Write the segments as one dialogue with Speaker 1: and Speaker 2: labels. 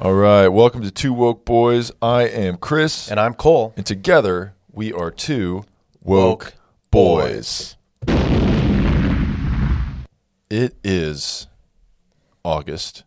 Speaker 1: All right, welcome to Two Woke Boys. I am Chris, and,
Speaker 2: And I'm Cole.
Speaker 1: together we are two woke,
Speaker 2: Woke
Speaker 1: boys. It is August.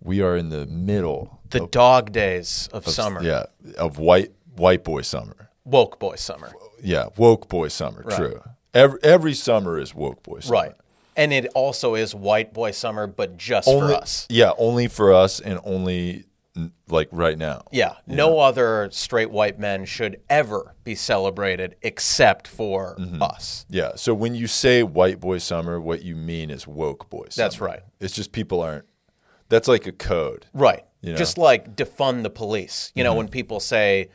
Speaker 1: We are in the middle
Speaker 2: The dog days of summer.
Speaker 1: Yeah, of white white boy summer.
Speaker 2: Woke boy summer.
Speaker 1: Yeah, woke boy summer. True. Every every summer is woke boy summer.
Speaker 2: Right. And it also is white boy summer, but just
Speaker 1: Only
Speaker 2: for us.
Speaker 1: Yeah, only for us and only n- like right now.
Speaker 2: Yeah. No other straight white men should ever be celebrated except for us.
Speaker 1: Yeah. So when you say white boy summer, what you mean is woke boy summer.
Speaker 2: That's right.
Speaker 1: It's just people aren't. That's like a code.
Speaker 2: Right.
Speaker 1: You know. Mm-hmm.
Speaker 2: Just like defund the police. You know, when people say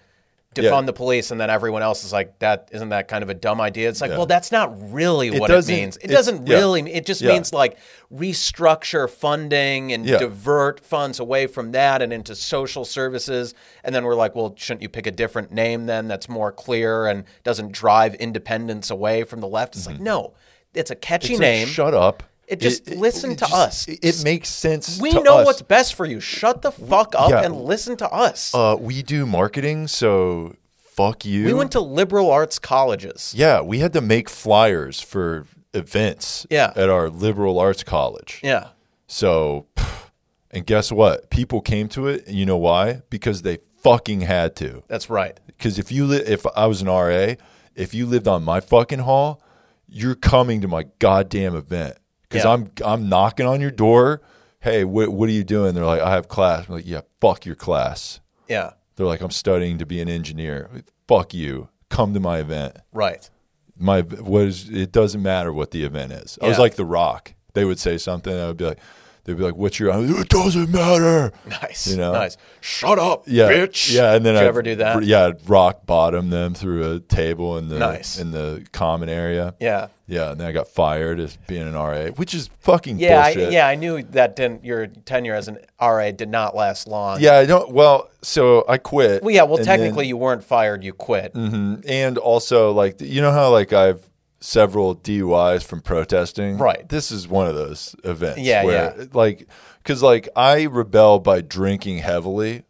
Speaker 2: defund the police and then everyone else is like, that isn't that kind of a dumb idea? It's like, well, that's not really what it
Speaker 1: doesn't-
Speaker 2: means. It
Speaker 1: it's-
Speaker 2: doesn't
Speaker 1: yeah.
Speaker 2: really, it just
Speaker 1: Yeah.
Speaker 2: means like restructure funding and
Speaker 1: Yeah.
Speaker 2: divert funds away from that and into social services. And then we're like, well, shouldn't you pick a different name then that's more clear and doesn't drive independence away from the left? It's like, no, it's a
Speaker 1: Mm-hmm.
Speaker 2: catchy
Speaker 1: It's like,
Speaker 2: name.
Speaker 1: shut up.
Speaker 2: It just- listen to us.
Speaker 1: It, it makes sense.
Speaker 2: we
Speaker 1: to
Speaker 2: know
Speaker 1: us.
Speaker 2: what's best for you. Shut the fuck up
Speaker 1: yeah.
Speaker 2: and listen to us.
Speaker 1: Uh, we do marketing, so fuck you.
Speaker 2: We went to liberal arts colleges.
Speaker 1: Yeah, we had to make flyers for events.
Speaker 2: Yeah.
Speaker 1: At our liberal arts college.
Speaker 2: Yeah.
Speaker 1: So, and guess what? People came to it. and You know why? Because they fucking had to.
Speaker 2: That's right.
Speaker 1: Because if you li- if I was an RA, if you lived on my fucking hall, you're coming to my goddamn event. Because
Speaker 2: Yeah.
Speaker 1: I'm I'm knocking on your door. Hey, what what are you doing? They're like, I have class. I'm like, yeah, fuck your class.
Speaker 2: Yeah.
Speaker 1: They're like, I'm studying to be an engineer. Fuck you. Come to my event.
Speaker 2: Right.
Speaker 1: My what is it doesn't matter what the event is. I was
Speaker 2: Yeah.
Speaker 1: like The Rock. They would say something. I would be like, they'd be like, what's your? I'm like, it doesn't matter.
Speaker 2: Nice.
Speaker 1: You know?
Speaker 2: Nice. Shut up,
Speaker 1: yeah,
Speaker 2: bitch.
Speaker 1: Yeah, and then
Speaker 2: Did
Speaker 1: I
Speaker 2: you ever do that?
Speaker 1: Yeah, I'd rock bottom them through a table in the
Speaker 2: Nice.
Speaker 1: in the common area.
Speaker 2: Yeah.
Speaker 1: yeah, and then I got fired as being an RA, which is fucking
Speaker 2: Yeah. I,
Speaker 1: bullshit.
Speaker 2: yeah. I knew that didn't. Your tenure as an RA did not last long.
Speaker 1: yeah. I don't. Well, so I quit.
Speaker 2: Well, yeah. Well,
Speaker 1: and Mm-hmm.
Speaker 2: technically, you weren't fired. You quit.
Speaker 1: then- and also like you know how like I've several DUIs from protesting.
Speaker 2: Right.
Speaker 1: This is one of those events.
Speaker 2: Yeah,
Speaker 1: where,
Speaker 2: yeah.
Speaker 1: Like, because like I rebel by drinking heavily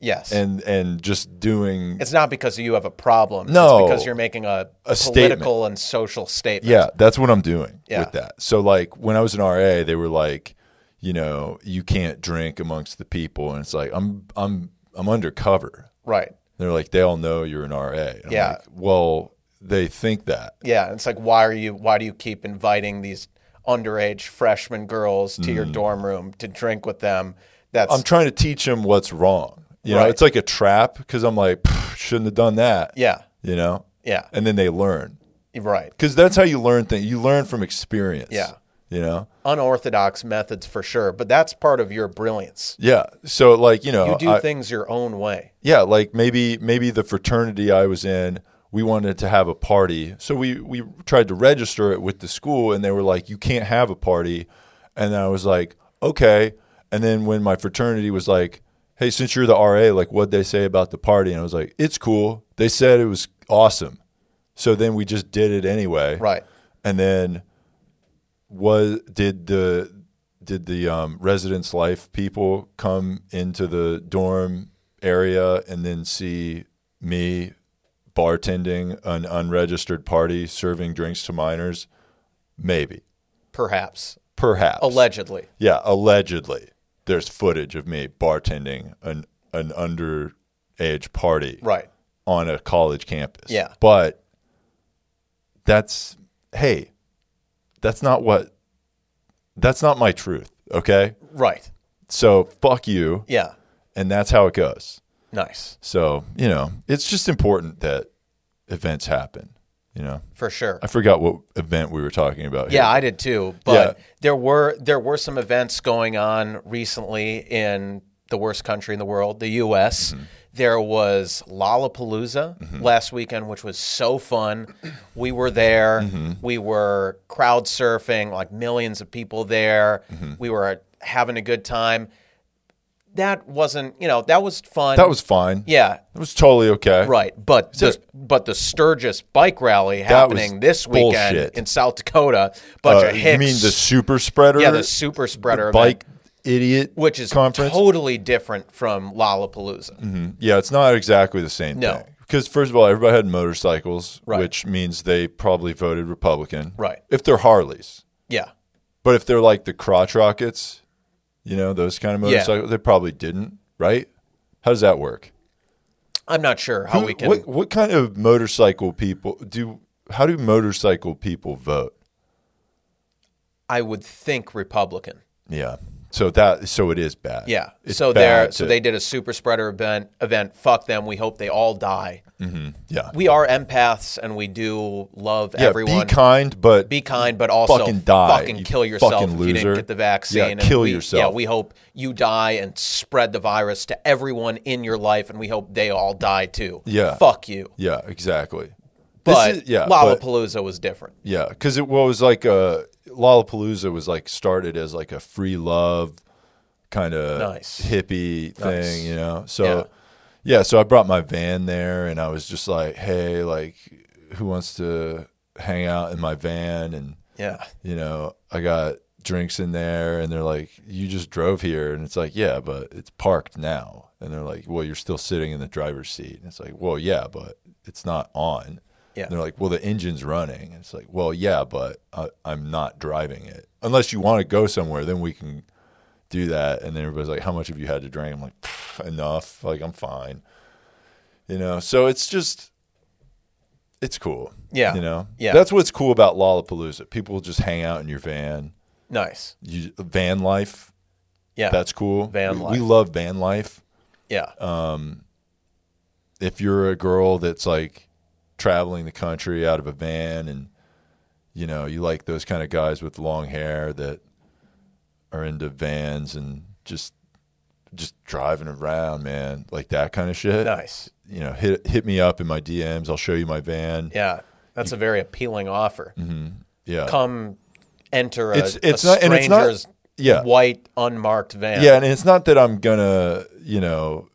Speaker 2: Yes.
Speaker 1: and and just doing
Speaker 2: it's not because you have a problem.
Speaker 1: No.
Speaker 2: It's because you're making a,
Speaker 1: A statement.
Speaker 2: political and social statement.
Speaker 1: Yeah, that's what I'm doing
Speaker 2: Yeah.
Speaker 1: with that. So like when I was an RA, they were like, you know, you can't drink amongst the people, and it's like I'm I'm I'm undercover.
Speaker 2: Right.
Speaker 1: They're like they all know you're an RA. And I'm
Speaker 2: Yeah.
Speaker 1: like, well, they think that.
Speaker 2: Yeah, it's like why are you why do you keep inviting these underage freshman girls to
Speaker 1: Mm.
Speaker 2: your dorm room to drink with them? That's
Speaker 1: I'm trying to teach them what's wrong. You know,
Speaker 2: Right.
Speaker 1: it's like a trap because I'm like "Pff, shouldn't have done that.
Speaker 2: yeah,
Speaker 1: You know.
Speaker 2: Yeah.
Speaker 1: And then they learn
Speaker 2: you're right.
Speaker 1: because that's how you learn things. You learn from experience.
Speaker 2: Yeah.
Speaker 1: You know.
Speaker 2: Unorthodox methods for sure, but that's part of your brilliance.
Speaker 1: Yeah. So like you know
Speaker 2: You do
Speaker 1: I-
Speaker 2: things your own way.
Speaker 1: yeah, like maybe maybe the fraternity I was in, we wanted to have a party, so we we tried to register it with the school, and they were like, "You can't have a party," and I was like, "Okay." And then when my fraternity was like, "Hey, since you're the RA, like, what'd they say about the party?" and I was like, "It's cool." They said it was awesome, so then we just did it anyway,
Speaker 2: Right.
Speaker 1: And then was did the did the um, residence life people come into the dorm area and then see me bartending an unregistered party serving drinks to minors maybe
Speaker 2: Perhaps.
Speaker 1: perhaps
Speaker 2: Allegedly.
Speaker 1: yeah allegedly there's footage of me bartending an an underage party
Speaker 2: Right.
Speaker 1: on a college campus
Speaker 2: Yeah.
Speaker 1: but that's hey that's not what that's not my truth okay
Speaker 2: Right.
Speaker 1: so fuck you.
Speaker 2: Yeah.
Speaker 1: And that's how it goes.
Speaker 2: Nice.
Speaker 1: So, you know, it's just important that events happen. You know,
Speaker 2: For sure.
Speaker 1: I forgot what event we were talking about.
Speaker 2: Yeah,
Speaker 1: Here.
Speaker 2: I did too. But
Speaker 1: Yeah.
Speaker 2: there were there were some events going on recently in the worst country in the world, the U.S.
Speaker 1: Mm-hmm.
Speaker 2: There was Lollapalooza last weekend, which was so fun. We were there.
Speaker 1: Mm-hmm.
Speaker 2: We were crowd surfing, like millions of people there.
Speaker 1: Mm-hmm.
Speaker 2: We were having a good time. That wasn't, you know, that was fun.
Speaker 1: That was fine.
Speaker 2: yeah,
Speaker 1: It was totally okay.
Speaker 2: Right, but the, but the Sturgis bike rally
Speaker 1: was
Speaker 2: happening this weekend
Speaker 1: bullshit.
Speaker 2: in South Dakota,
Speaker 1: Uh,
Speaker 2: bunch of hicks.
Speaker 1: you mean the super spreader?
Speaker 2: yeah, the super spreader
Speaker 1: bike idiot
Speaker 2: which is
Speaker 1: conference. Mm-hmm.
Speaker 2: totally different from Lollapalooza.
Speaker 1: Yeah, it's not exactly the same
Speaker 2: No.
Speaker 1: thing. Because first of all, everybody had motorcycles,
Speaker 2: Right.
Speaker 1: which means they probably voted Republican.
Speaker 2: Right.
Speaker 1: If they're Harleys.
Speaker 2: Yeah.
Speaker 1: But if they're like the crotch rockets, you know, those kind of
Speaker 2: Yeah.
Speaker 1: motorcycles, they probably didn't, right? How does that work?
Speaker 2: I'm not sure how
Speaker 1: Who-
Speaker 2: we can
Speaker 1: what what kind of motorcycle people do how do motorcycle people vote?
Speaker 2: I would think Republican.
Speaker 1: Yeah. So that so it is bad.
Speaker 2: Yeah.
Speaker 1: It's
Speaker 2: so they're
Speaker 1: bad
Speaker 2: so
Speaker 1: to-
Speaker 2: they did a super spreader event event. Fuck them. We hope they all die.
Speaker 1: Mm-hmm. yeah.
Speaker 2: We are empaths and we do love
Speaker 1: yeah,
Speaker 2: everyone.
Speaker 1: be kind but
Speaker 2: Be kind, but also
Speaker 1: Fucking die,
Speaker 2: fucking
Speaker 1: you
Speaker 2: kill yourself
Speaker 1: fucking
Speaker 2: if you didn't
Speaker 1: loser.
Speaker 2: get the vaccine.
Speaker 1: Yeah,
Speaker 2: and
Speaker 1: kill
Speaker 2: we-
Speaker 1: yourself.
Speaker 2: Yeah, we hope you die and spread the virus to everyone in your life, and we hope they all die too.
Speaker 1: Yeah.
Speaker 2: fuck you.
Speaker 1: Yeah, exactly. This
Speaker 2: But
Speaker 1: is- yeah, but-
Speaker 2: Lollapalooza was different.
Speaker 1: Yeah, because it was like uh Lollapalooza was like started as like a free love kind of
Speaker 2: Nice.
Speaker 1: hippie thing,
Speaker 2: Nice.
Speaker 1: you know. So
Speaker 2: Yeah.
Speaker 1: yeah. so I brought my van there, and I was just like, hey, like, who wants to hang out in my van? And
Speaker 2: Yeah,
Speaker 1: you know, I got drinks in there, and they're like, you just drove here, and it's like, yeah, but it's parked now, and they're like, well, you're still sitting in the driver's seat, and it's like, well, yeah, but it's not on.
Speaker 2: Yeah.
Speaker 1: And they're like, well, the engine's running. And it's like, well, yeah, but I, I'm not driving it. Unless you want to go somewhere, then we can do that. And then everybody's like, how much have you had to drink? I'm like, "Pff, enough. Like, I'm fine. You know, so it's just, it's cool.
Speaker 2: Yeah.
Speaker 1: You know,
Speaker 2: Yeah.
Speaker 1: That's what's cool about Lollapalooza. People just hang out in your van,
Speaker 2: nice.
Speaker 1: you, van life.
Speaker 2: Yeah,
Speaker 1: That's um, cool.
Speaker 2: Van
Speaker 1: we,
Speaker 2: life.
Speaker 1: We love van life.
Speaker 2: yeah,
Speaker 1: if you're a girl that's like traveling the country out of a van and you know you like those kind of guys with long hair that are into vans and just just driving around man like that kind of shit
Speaker 2: nice.
Speaker 1: you know hit hit me up in my DMs I'll show you my van
Speaker 2: Yeah, that's a very appealing offer.
Speaker 1: yeah
Speaker 2: Come enter a,
Speaker 1: Mm-hmm. It's- it's
Speaker 2: a
Speaker 1: not- and it's not-
Speaker 2: stranger's
Speaker 1: yeah.
Speaker 2: white unmarked van.
Speaker 1: yeah and it's not that I'm gonna you know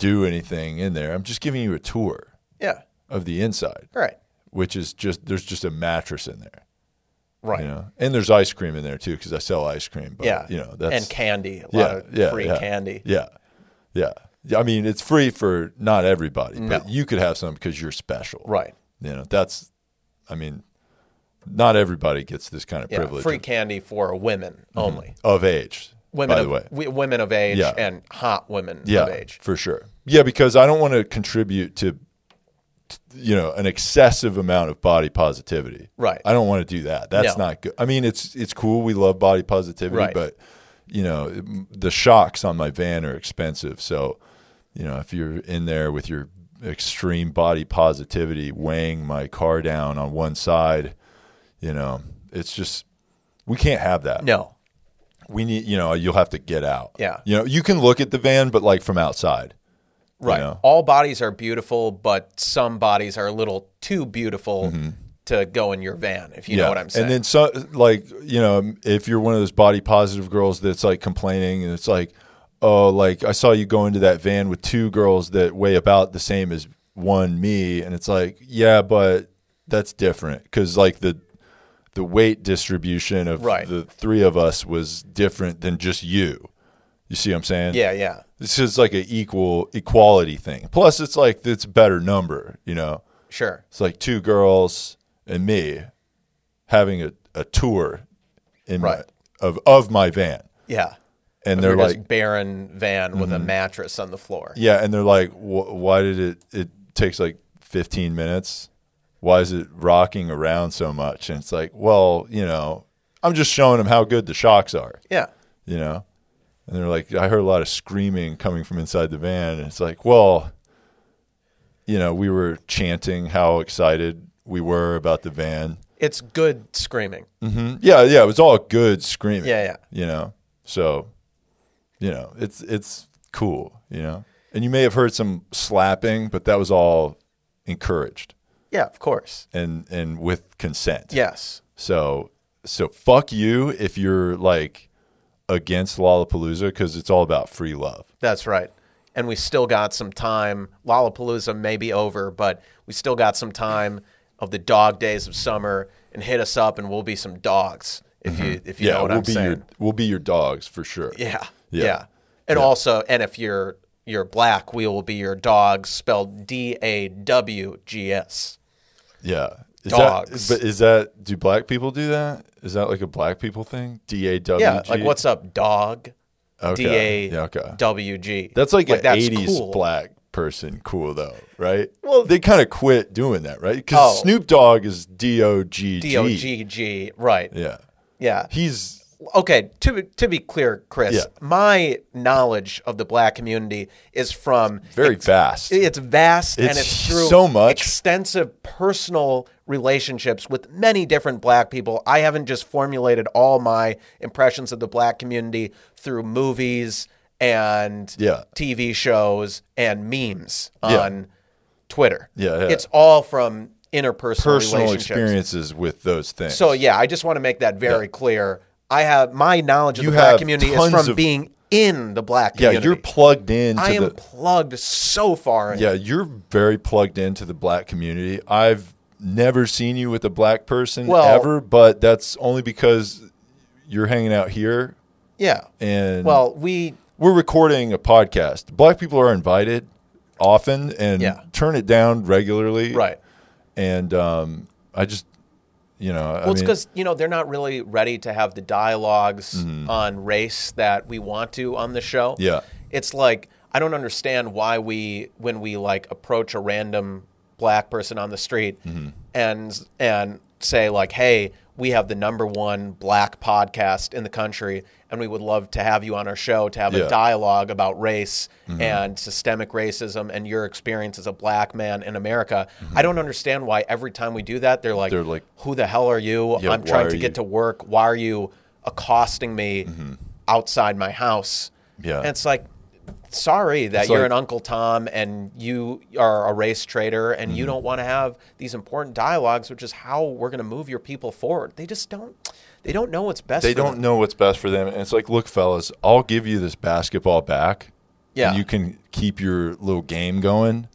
Speaker 1: do anything in there I'm just giving you a tour
Speaker 2: yeah.
Speaker 1: of the inside
Speaker 2: All right,
Speaker 1: which is just there's just a mattress in there
Speaker 2: right.
Speaker 1: you know, and there's ice cream in there too because I sell ice cream. But,
Speaker 2: yeah,
Speaker 1: you know that's
Speaker 2: and candy, a lot
Speaker 1: yeah,
Speaker 2: of
Speaker 1: yeah,
Speaker 2: free
Speaker 1: yeah,
Speaker 2: candy.
Speaker 1: Yeah, yeah, yeah. I mean, it's free for not everybody, but
Speaker 2: No.
Speaker 1: you could have some because you're special,
Speaker 2: Right.
Speaker 1: You know, that's, I mean, not everybody gets this kind of
Speaker 2: Yeah,
Speaker 1: privilege
Speaker 2: free candy for women only.
Speaker 1: of age.
Speaker 2: Women
Speaker 1: Mm-hmm. by
Speaker 2: of,
Speaker 1: the way,
Speaker 2: we- women of age
Speaker 1: Yeah.
Speaker 2: and hot women
Speaker 1: yeah,
Speaker 2: of age.
Speaker 1: for sure. Yeah, because I don't want to contribute to, t- you know, an excessive amount of body positivity.
Speaker 2: Right.
Speaker 1: I don't want to do that. That's
Speaker 2: No.
Speaker 1: not good. I mean, it's it's cool. We love body positivity,
Speaker 2: Right.
Speaker 1: but you know, m- the shocks on my van are expensive. So, you know, if you're in there with your extreme body positivity weighing my car down on one side, you know, it's just we can't have that
Speaker 2: No.
Speaker 1: we need you know you'll have to get out
Speaker 2: Yeah.
Speaker 1: you know you can look at the van but like from outside
Speaker 2: Right.
Speaker 1: know?
Speaker 2: All bodies are beautiful, but some bodies are a little too beautiful to go in your van, if you know what I'm saying.
Speaker 1: Mm-hmm. and then so like you know if you're one of those body positive girls that's like complaining and it's like oh like i saw you go into that van with two girls that weigh about the same as one me and it's like yeah but that's different because like the the weight distribution of
Speaker 2: Right.
Speaker 1: the three of us was different than just you you see what i'm saying
Speaker 2: yeah, yeah.
Speaker 1: This is like an equal equality thing. Plus, it's like it's a better number. You know,
Speaker 2: Sure.
Speaker 1: it's like two girls and me having a, a tour in
Speaker 2: Right.
Speaker 1: my, of of my van,
Speaker 2: Yeah.
Speaker 1: and
Speaker 2: They're
Speaker 1: they're like, Mm-hmm.
Speaker 2: just barren van with a mattress on the floor.
Speaker 1: yeah, and they're like, "Wh- why did it? It takes like fifteen minutes. Why is it rocking around so much? And it's like, well, you know, I'm just showing them how good the shocks are.
Speaker 2: Yeah.
Speaker 1: you know? And they're like, I heard a lot of screaming coming from inside the van. And it's like, well, you know, we were chanting how excited we were about the van.
Speaker 2: It's good screaming.
Speaker 1: Mm, Yeah, yeah, it was all good screaming.
Speaker 2: Yeah, yeah.
Speaker 1: You know, so, you know, it's it's cool, you know? And you may have heard some slapping, but that was all encouraged
Speaker 2: Yeah, of course.
Speaker 1: and and with consent.
Speaker 2: Yes.
Speaker 1: So so fuck you if you're like against Lollapalooza because it's all about free love.
Speaker 2: That's right. And we still got some time. Lollapalooza may be over, but we still got some time of the dog days of summer. And hit us up, and we'll be some dogs If you if
Speaker 1: Mm-hmm.
Speaker 2: you
Speaker 1: yeah,
Speaker 2: know what
Speaker 1: we'll
Speaker 2: I'm
Speaker 1: be
Speaker 2: saying.
Speaker 1: your we'll be your dogs for sure.
Speaker 2: Yeah.
Speaker 1: Yeah.
Speaker 2: Yeah. And also, and if you're you're black, we will be your dogs, spelled D A W G S.
Speaker 1: Yeah. Is
Speaker 2: Dogs.
Speaker 1: That, but is that do black people do that? Is that like a black people thing? D A W.
Speaker 2: Yeah, like what's up, dog?
Speaker 1: okay.
Speaker 2: D
Speaker 1: Yeah,
Speaker 2: A
Speaker 1: okay.
Speaker 2: W G.
Speaker 1: That's like, an
Speaker 2: that's
Speaker 1: '80s
Speaker 2: cool.
Speaker 1: black person, cool though, right? Well,
Speaker 2: Well-
Speaker 1: they kind of quit doing that, right? Because
Speaker 2: Oh.
Speaker 1: Snoop Dogg is D O G
Speaker 2: D O G G. Right.
Speaker 1: Yeah,
Speaker 2: Yeah.
Speaker 1: he's
Speaker 2: Okay. To be- to be clear, Chris,
Speaker 1: Yeah.
Speaker 2: my knowledge of the black community is from
Speaker 1: very vast.
Speaker 2: It's vast
Speaker 1: It's
Speaker 2: and it's through
Speaker 1: so much.
Speaker 2: extensive personal relationships with many different black people. I haven't just formulated all my impressions of the black community through movies and
Speaker 1: Yeah.
Speaker 2: TV shows and memes
Speaker 1: Yeah.
Speaker 2: on Twitter.
Speaker 1: Yeah, yeah.
Speaker 2: It's all from interpersonal
Speaker 1: personal
Speaker 2: relationships.
Speaker 1: experiences with those things.
Speaker 2: So yeah, I just want to make that very clear. I have my knowledge of
Speaker 1: You
Speaker 2: the black
Speaker 1: have
Speaker 2: community is
Speaker 1: tons
Speaker 2: from
Speaker 1: of-
Speaker 2: being in the black
Speaker 1: yeah,
Speaker 2: community.
Speaker 1: you're plugged into
Speaker 2: I am
Speaker 1: the
Speaker 2: plugged so far in.
Speaker 1: yeah, you're very plugged into the black community. I've never seen you with a black person
Speaker 2: Well-
Speaker 1: ever, but that's only because you're hanging out here
Speaker 2: yeah.
Speaker 1: and
Speaker 2: Well, we
Speaker 1: we're recording a podcast. Black people are invited often and
Speaker 2: Yeah.
Speaker 1: turn it down regularly.
Speaker 2: right.
Speaker 1: And um, I just, you know, I
Speaker 2: Well, it's
Speaker 1: mean,
Speaker 2: because you know they're not really ready to have the dialogues on race that we want to on the show.
Speaker 1: Mm-hmm. Yeah.
Speaker 2: it's like I don't understand why we when we like approach a random black person on the street
Speaker 1: Mm-hmm.
Speaker 2: and and say like, hey, we have the number one black podcast in the country, and we would love to have you on our show to have
Speaker 1: Yeah. Mm-hmm.
Speaker 2: a dialogue about race and systemic racism and your experience as a black man in America.
Speaker 1: Mm-hmm.
Speaker 2: I don't understand why every time we do that, they're like
Speaker 1: They're like,
Speaker 2: who the hell are you?
Speaker 1: Yeah,
Speaker 2: I'm
Speaker 1: why
Speaker 2: trying
Speaker 1: are
Speaker 2: to
Speaker 1: you- Mm-hmm.
Speaker 2: get to work. Why are you accosting me outside my house?
Speaker 1: Yeah.
Speaker 2: And it's like, sorry that
Speaker 1: It's
Speaker 2: you're
Speaker 1: like-
Speaker 2: an Uncle Tom and you are a race trader and
Speaker 1: Mm-hmm.
Speaker 2: you don't want to have these important dialogues, which is how we're going to move your people forward. They just don't. They don't know what's best.
Speaker 1: they
Speaker 2: for them.
Speaker 1: don't know what's best for them. And it's like, look, fellas, I'll give you this basketball back.
Speaker 2: Yeah.
Speaker 1: And you can keep your little game going.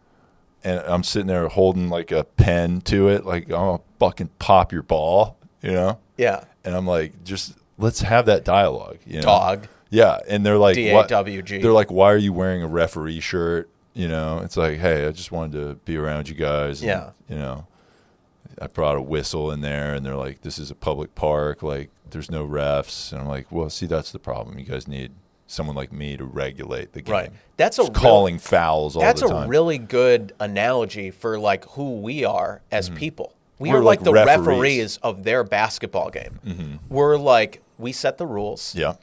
Speaker 1: And I'm sitting there holding like a pen to it, like, I'll fucking pop your ball, you know?
Speaker 2: Yeah.
Speaker 1: And I'm like, just let's have that dialogue. You know?
Speaker 2: Dog.
Speaker 1: Yeah. And they're like, "What-"
Speaker 2: D-A-W-G.
Speaker 1: They're like, why are you wearing a referee shirt? You know, it's like, hey, I just wanted to be around you guys. and,
Speaker 2: Yeah.
Speaker 1: You know, I brought a whistle in there and they're like, this is a public park. Like, there's no refs. And I'm like, well, see, that's the problem. You guys need someone like me to regulate the game.
Speaker 2: Right. That's a
Speaker 1: Just
Speaker 2: real-
Speaker 1: calling fouls all
Speaker 2: That's
Speaker 1: the
Speaker 2: a
Speaker 1: time.
Speaker 2: really good analogy for like who we are as people. We
Speaker 1: Mm-hmm. We're
Speaker 2: are like,
Speaker 1: like
Speaker 2: the
Speaker 1: referees. Mm-hmm.
Speaker 2: referees. of their basketball game. We're like we set the rules.
Speaker 1: yeah.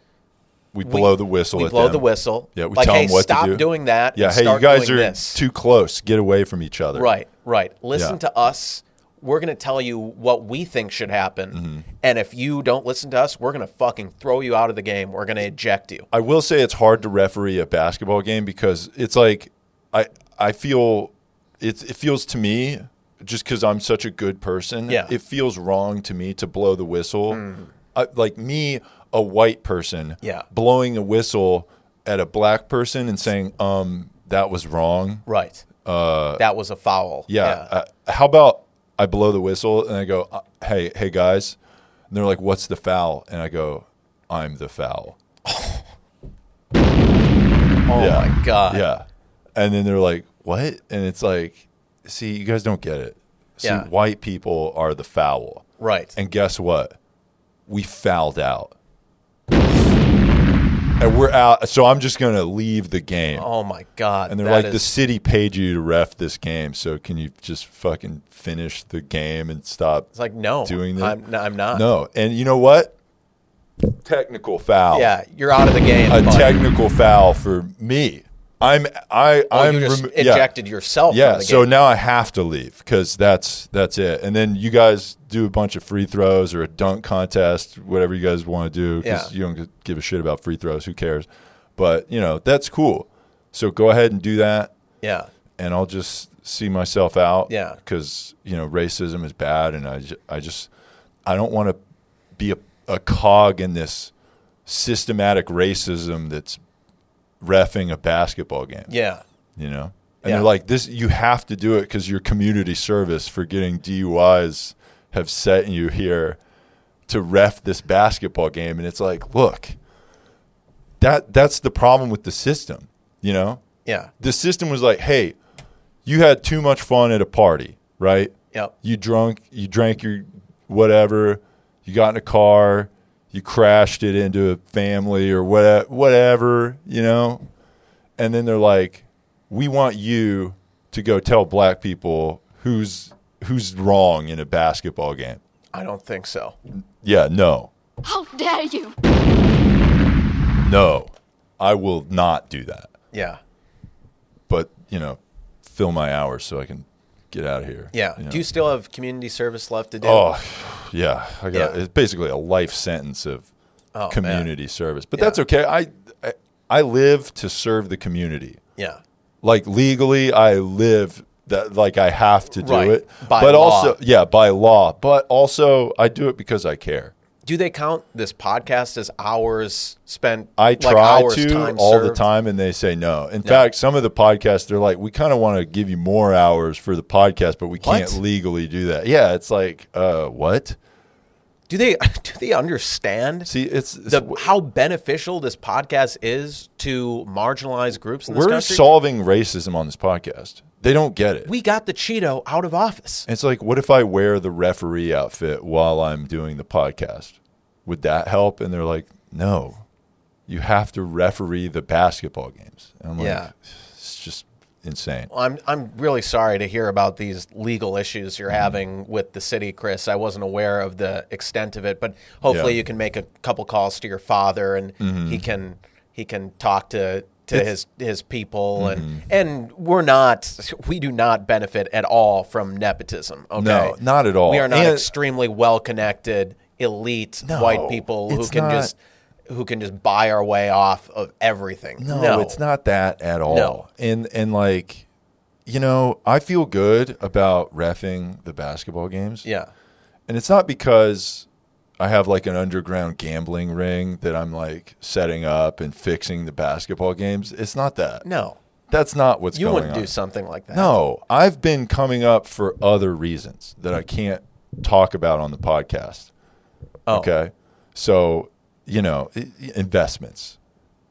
Speaker 1: We blow the whistle.
Speaker 2: We
Speaker 1: at
Speaker 2: blow
Speaker 1: them.
Speaker 2: the whistle.
Speaker 1: Yeah, we
Speaker 2: like,
Speaker 1: tell
Speaker 2: hey,
Speaker 1: them what to
Speaker 2: stop
Speaker 1: do.
Speaker 2: doing that.
Speaker 1: Yeah.
Speaker 2: and
Speaker 1: Hey, you
Speaker 2: start
Speaker 1: guys are
Speaker 2: doing this.
Speaker 1: too close. Get away from each other.
Speaker 2: right, right. Listen
Speaker 1: Yeah.
Speaker 2: to us. We're gonna tell you what we think should happen,
Speaker 1: Mm-hmm.
Speaker 2: and if you don't listen to us, we're gonna fucking throw you out of the game. We're gonna eject you.
Speaker 1: I will say it's hard to referee a basketball game because it's like I I feel it it feels to me just because I'm such a good person.
Speaker 2: Yeah. Mm.
Speaker 1: it feels wrong to me to blow the whistle. I, like me, a white person,
Speaker 2: Yeah.
Speaker 1: blowing a whistle at a black person and saying, "Um, that was wrong."
Speaker 2: Right. that was a foul.
Speaker 1: Uh, Yeah. Uh, how about I blow the whistle and I go, uh, "Hey, hey guys," and they're like, "What's the foul?" And I go, "I'm the foul."
Speaker 2: oh
Speaker 1: yeah.
Speaker 2: my god.
Speaker 1: Yeah. And then they're like, what? And it's like, see, you guys don't get it. See,
Speaker 2: Yeah.
Speaker 1: white people are the foul.
Speaker 2: Right.
Speaker 1: And guess what? We fouled out. And we're out. So I'm just going to leave the game.
Speaker 2: oh my god.
Speaker 1: and they're
Speaker 2: that
Speaker 1: like,
Speaker 2: is-
Speaker 1: the city paid you to ref this game. So can you just fucking finish the game and stop?
Speaker 2: It's like no,
Speaker 1: doing that?
Speaker 2: I'm, no, I'm not.
Speaker 1: no. And you know what? Technical foul.
Speaker 2: Yeah, you're out of the game.
Speaker 1: A
Speaker 2: bud.
Speaker 1: technical foul for me. I'm I
Speaker 2: Oh,
Speaker 1: I'm
Speaker 2: you just
Speaker 1: remo- yeah.
Speaker 2: ejected yourself.
Speaker 1: Yeah,
Speaker 2: From the
Speaker 1: so
Speaker 2: game.
Speaker 1: now I have to leave because that's that's it. And then you guys do a bunch of free throws or a dunk contest, whatever you guys want to do, because
Speaker 2: Yeah.
Speaker 1: you don't g- give a shit about free throws. Who cares? But you know that's cool. So go ahead and do that,
Speaker 2: yeah,
Speaker 1: and I'll just see myself out.
Speaker 2: Yeah.
Speaker 1: because you know racism is bad, and I ju- I just I don't want to be a, a cog in this systematic racism that's refing a basketball game
Speaker 2: yeah,
Speaker 1: you know and
Speaker 2: Yeah.
Speaker 1: they're like this you have to do it because your community service for getting duis have sent you here to ref this basketball game, and it's like, look, that that's the problem with the system. You know,
Speaker 2: Yeah.
Speaker 1: the system was like, hey, you had too much fun at a party, right?
Speaker 2: Yep.
Speaker 1: You drunk, you drank your whatever, you got in a car, you crashed it into a family or what, whatever, you know? And then they're like, we want you to go tell black people who's who's wrong in a basketball game.
Speaker 2: I don't think so.
Speaker 1: Yeah, no.
Speaker 3: How dare you!
Speaker 1: No. I will not do that.
Speaker 2: Yeah.
Speaker 1: But, you know, fill my hours so I can get out of here.
Speaker 2: Yeah.
Speaker 1: know?
Speaker 2: Do you still have community service left to do?
Speaker 1: Oh, yeah. I got
Speaker 2: Yeah.
Speaker 1: it's basically a life sentence of
Speaker 2: Oh,
Speaker 1: community service, but
Speaker 2: Yeah.
Speaker 1: that's okay. I, I I live to serve the community.
Speaker 2: Yeah.
Speaker 1: Like legally, I live that like I have to do
Speaker 2: Right.
Speaker 1: it.
Speaker 2: By
Speaker 1: but
Speaker 2: law.
Speaker 1: also, yeah, by law. But also, I do it because I care.
Speaker 2: Do they count this podcast as hours spent?
Speaker 1: I
Speaker 2: like,
Speaker 1: try
Speaker 2: hours
Speaker 1: to
Speaker 2: time
Speaker 1: all the
Speaker 2: served?
Speaker 1: time, and they say no. In fact, some of the podcasts they're like, we kind of want to give you more hours for the podcast, but we
Speaker 2: What?
Speaker 1: can't legally do that. Yeah, it's like, uh, what?
Speaker 2: Do they do they understand
Speaker 1: See, it's, it's
Speaker 2: the, how beneficial this podcast is to marginalized groups in this
Speaker 1: we're
Speaker 2: country?
Speaker 1: solving racism on this podcast. They don't get it.
Speaker 2: we got the Cheeto out of office.
Speaker 1: It's like, what if I wear the referee outfit while I'm doing the podcast? Would that help? And they're like, no, you have to referee the basketball games. And I'm like,
Speaker 2: Yeah.
Speaker 1: it's just insane.
Speaker 2: Well, I'm I'm really sorry to hear about these legal issues
Speaker 1: Mm-hmm.
Speaker 2: you're having with the city, Chris. I wasn't aware of the extent of it, but
Speaker 1: Yeah.
Speaker 2: hopefully
Speaker 1: Mm-hmm.
Speaker 2: you can make a couple calls to your father, and he can he can talk to to his his people,
Speaker 1: Mm-hmm.
Speaker 2: and and we're not we do not benefit at all from nepotism. Okay,
Speaker 1: No, not at all.
Speaker 2: We are not
Speaker 1: And-
Speaker 2: extremely well connected, elite
Speaker 1: No,
Speaker 2: white people who
Speaker 1: it's
Speaker 2: can
Speaker 1: not-
Speaker 2: just who can just buy our way off of everything.
Speaker 1: No, it's not that at all.
Speaker 2: No.
Speaker 1: And and like, you know, I feel good about refing the basketball games.
Speaker 2: Yeah,
Speaker 1: And it's not because I have like an underground gambling ring that I'm like setting up and fixing the basketball games. It's not that.
Speaker 2: no.
Speaker 1: That's not what's
Speaker 2: You
Speaker 1: going
Speaker 2: wouldn't
Speaker 1: on.
Speaker 2: do something like that.
Speaker 1: No, I've been coming up for other reasons that I can't talk about on the podcast.
Speaker 2: Oh.
Speaker 1: Okay. So, you know, i- i- investments.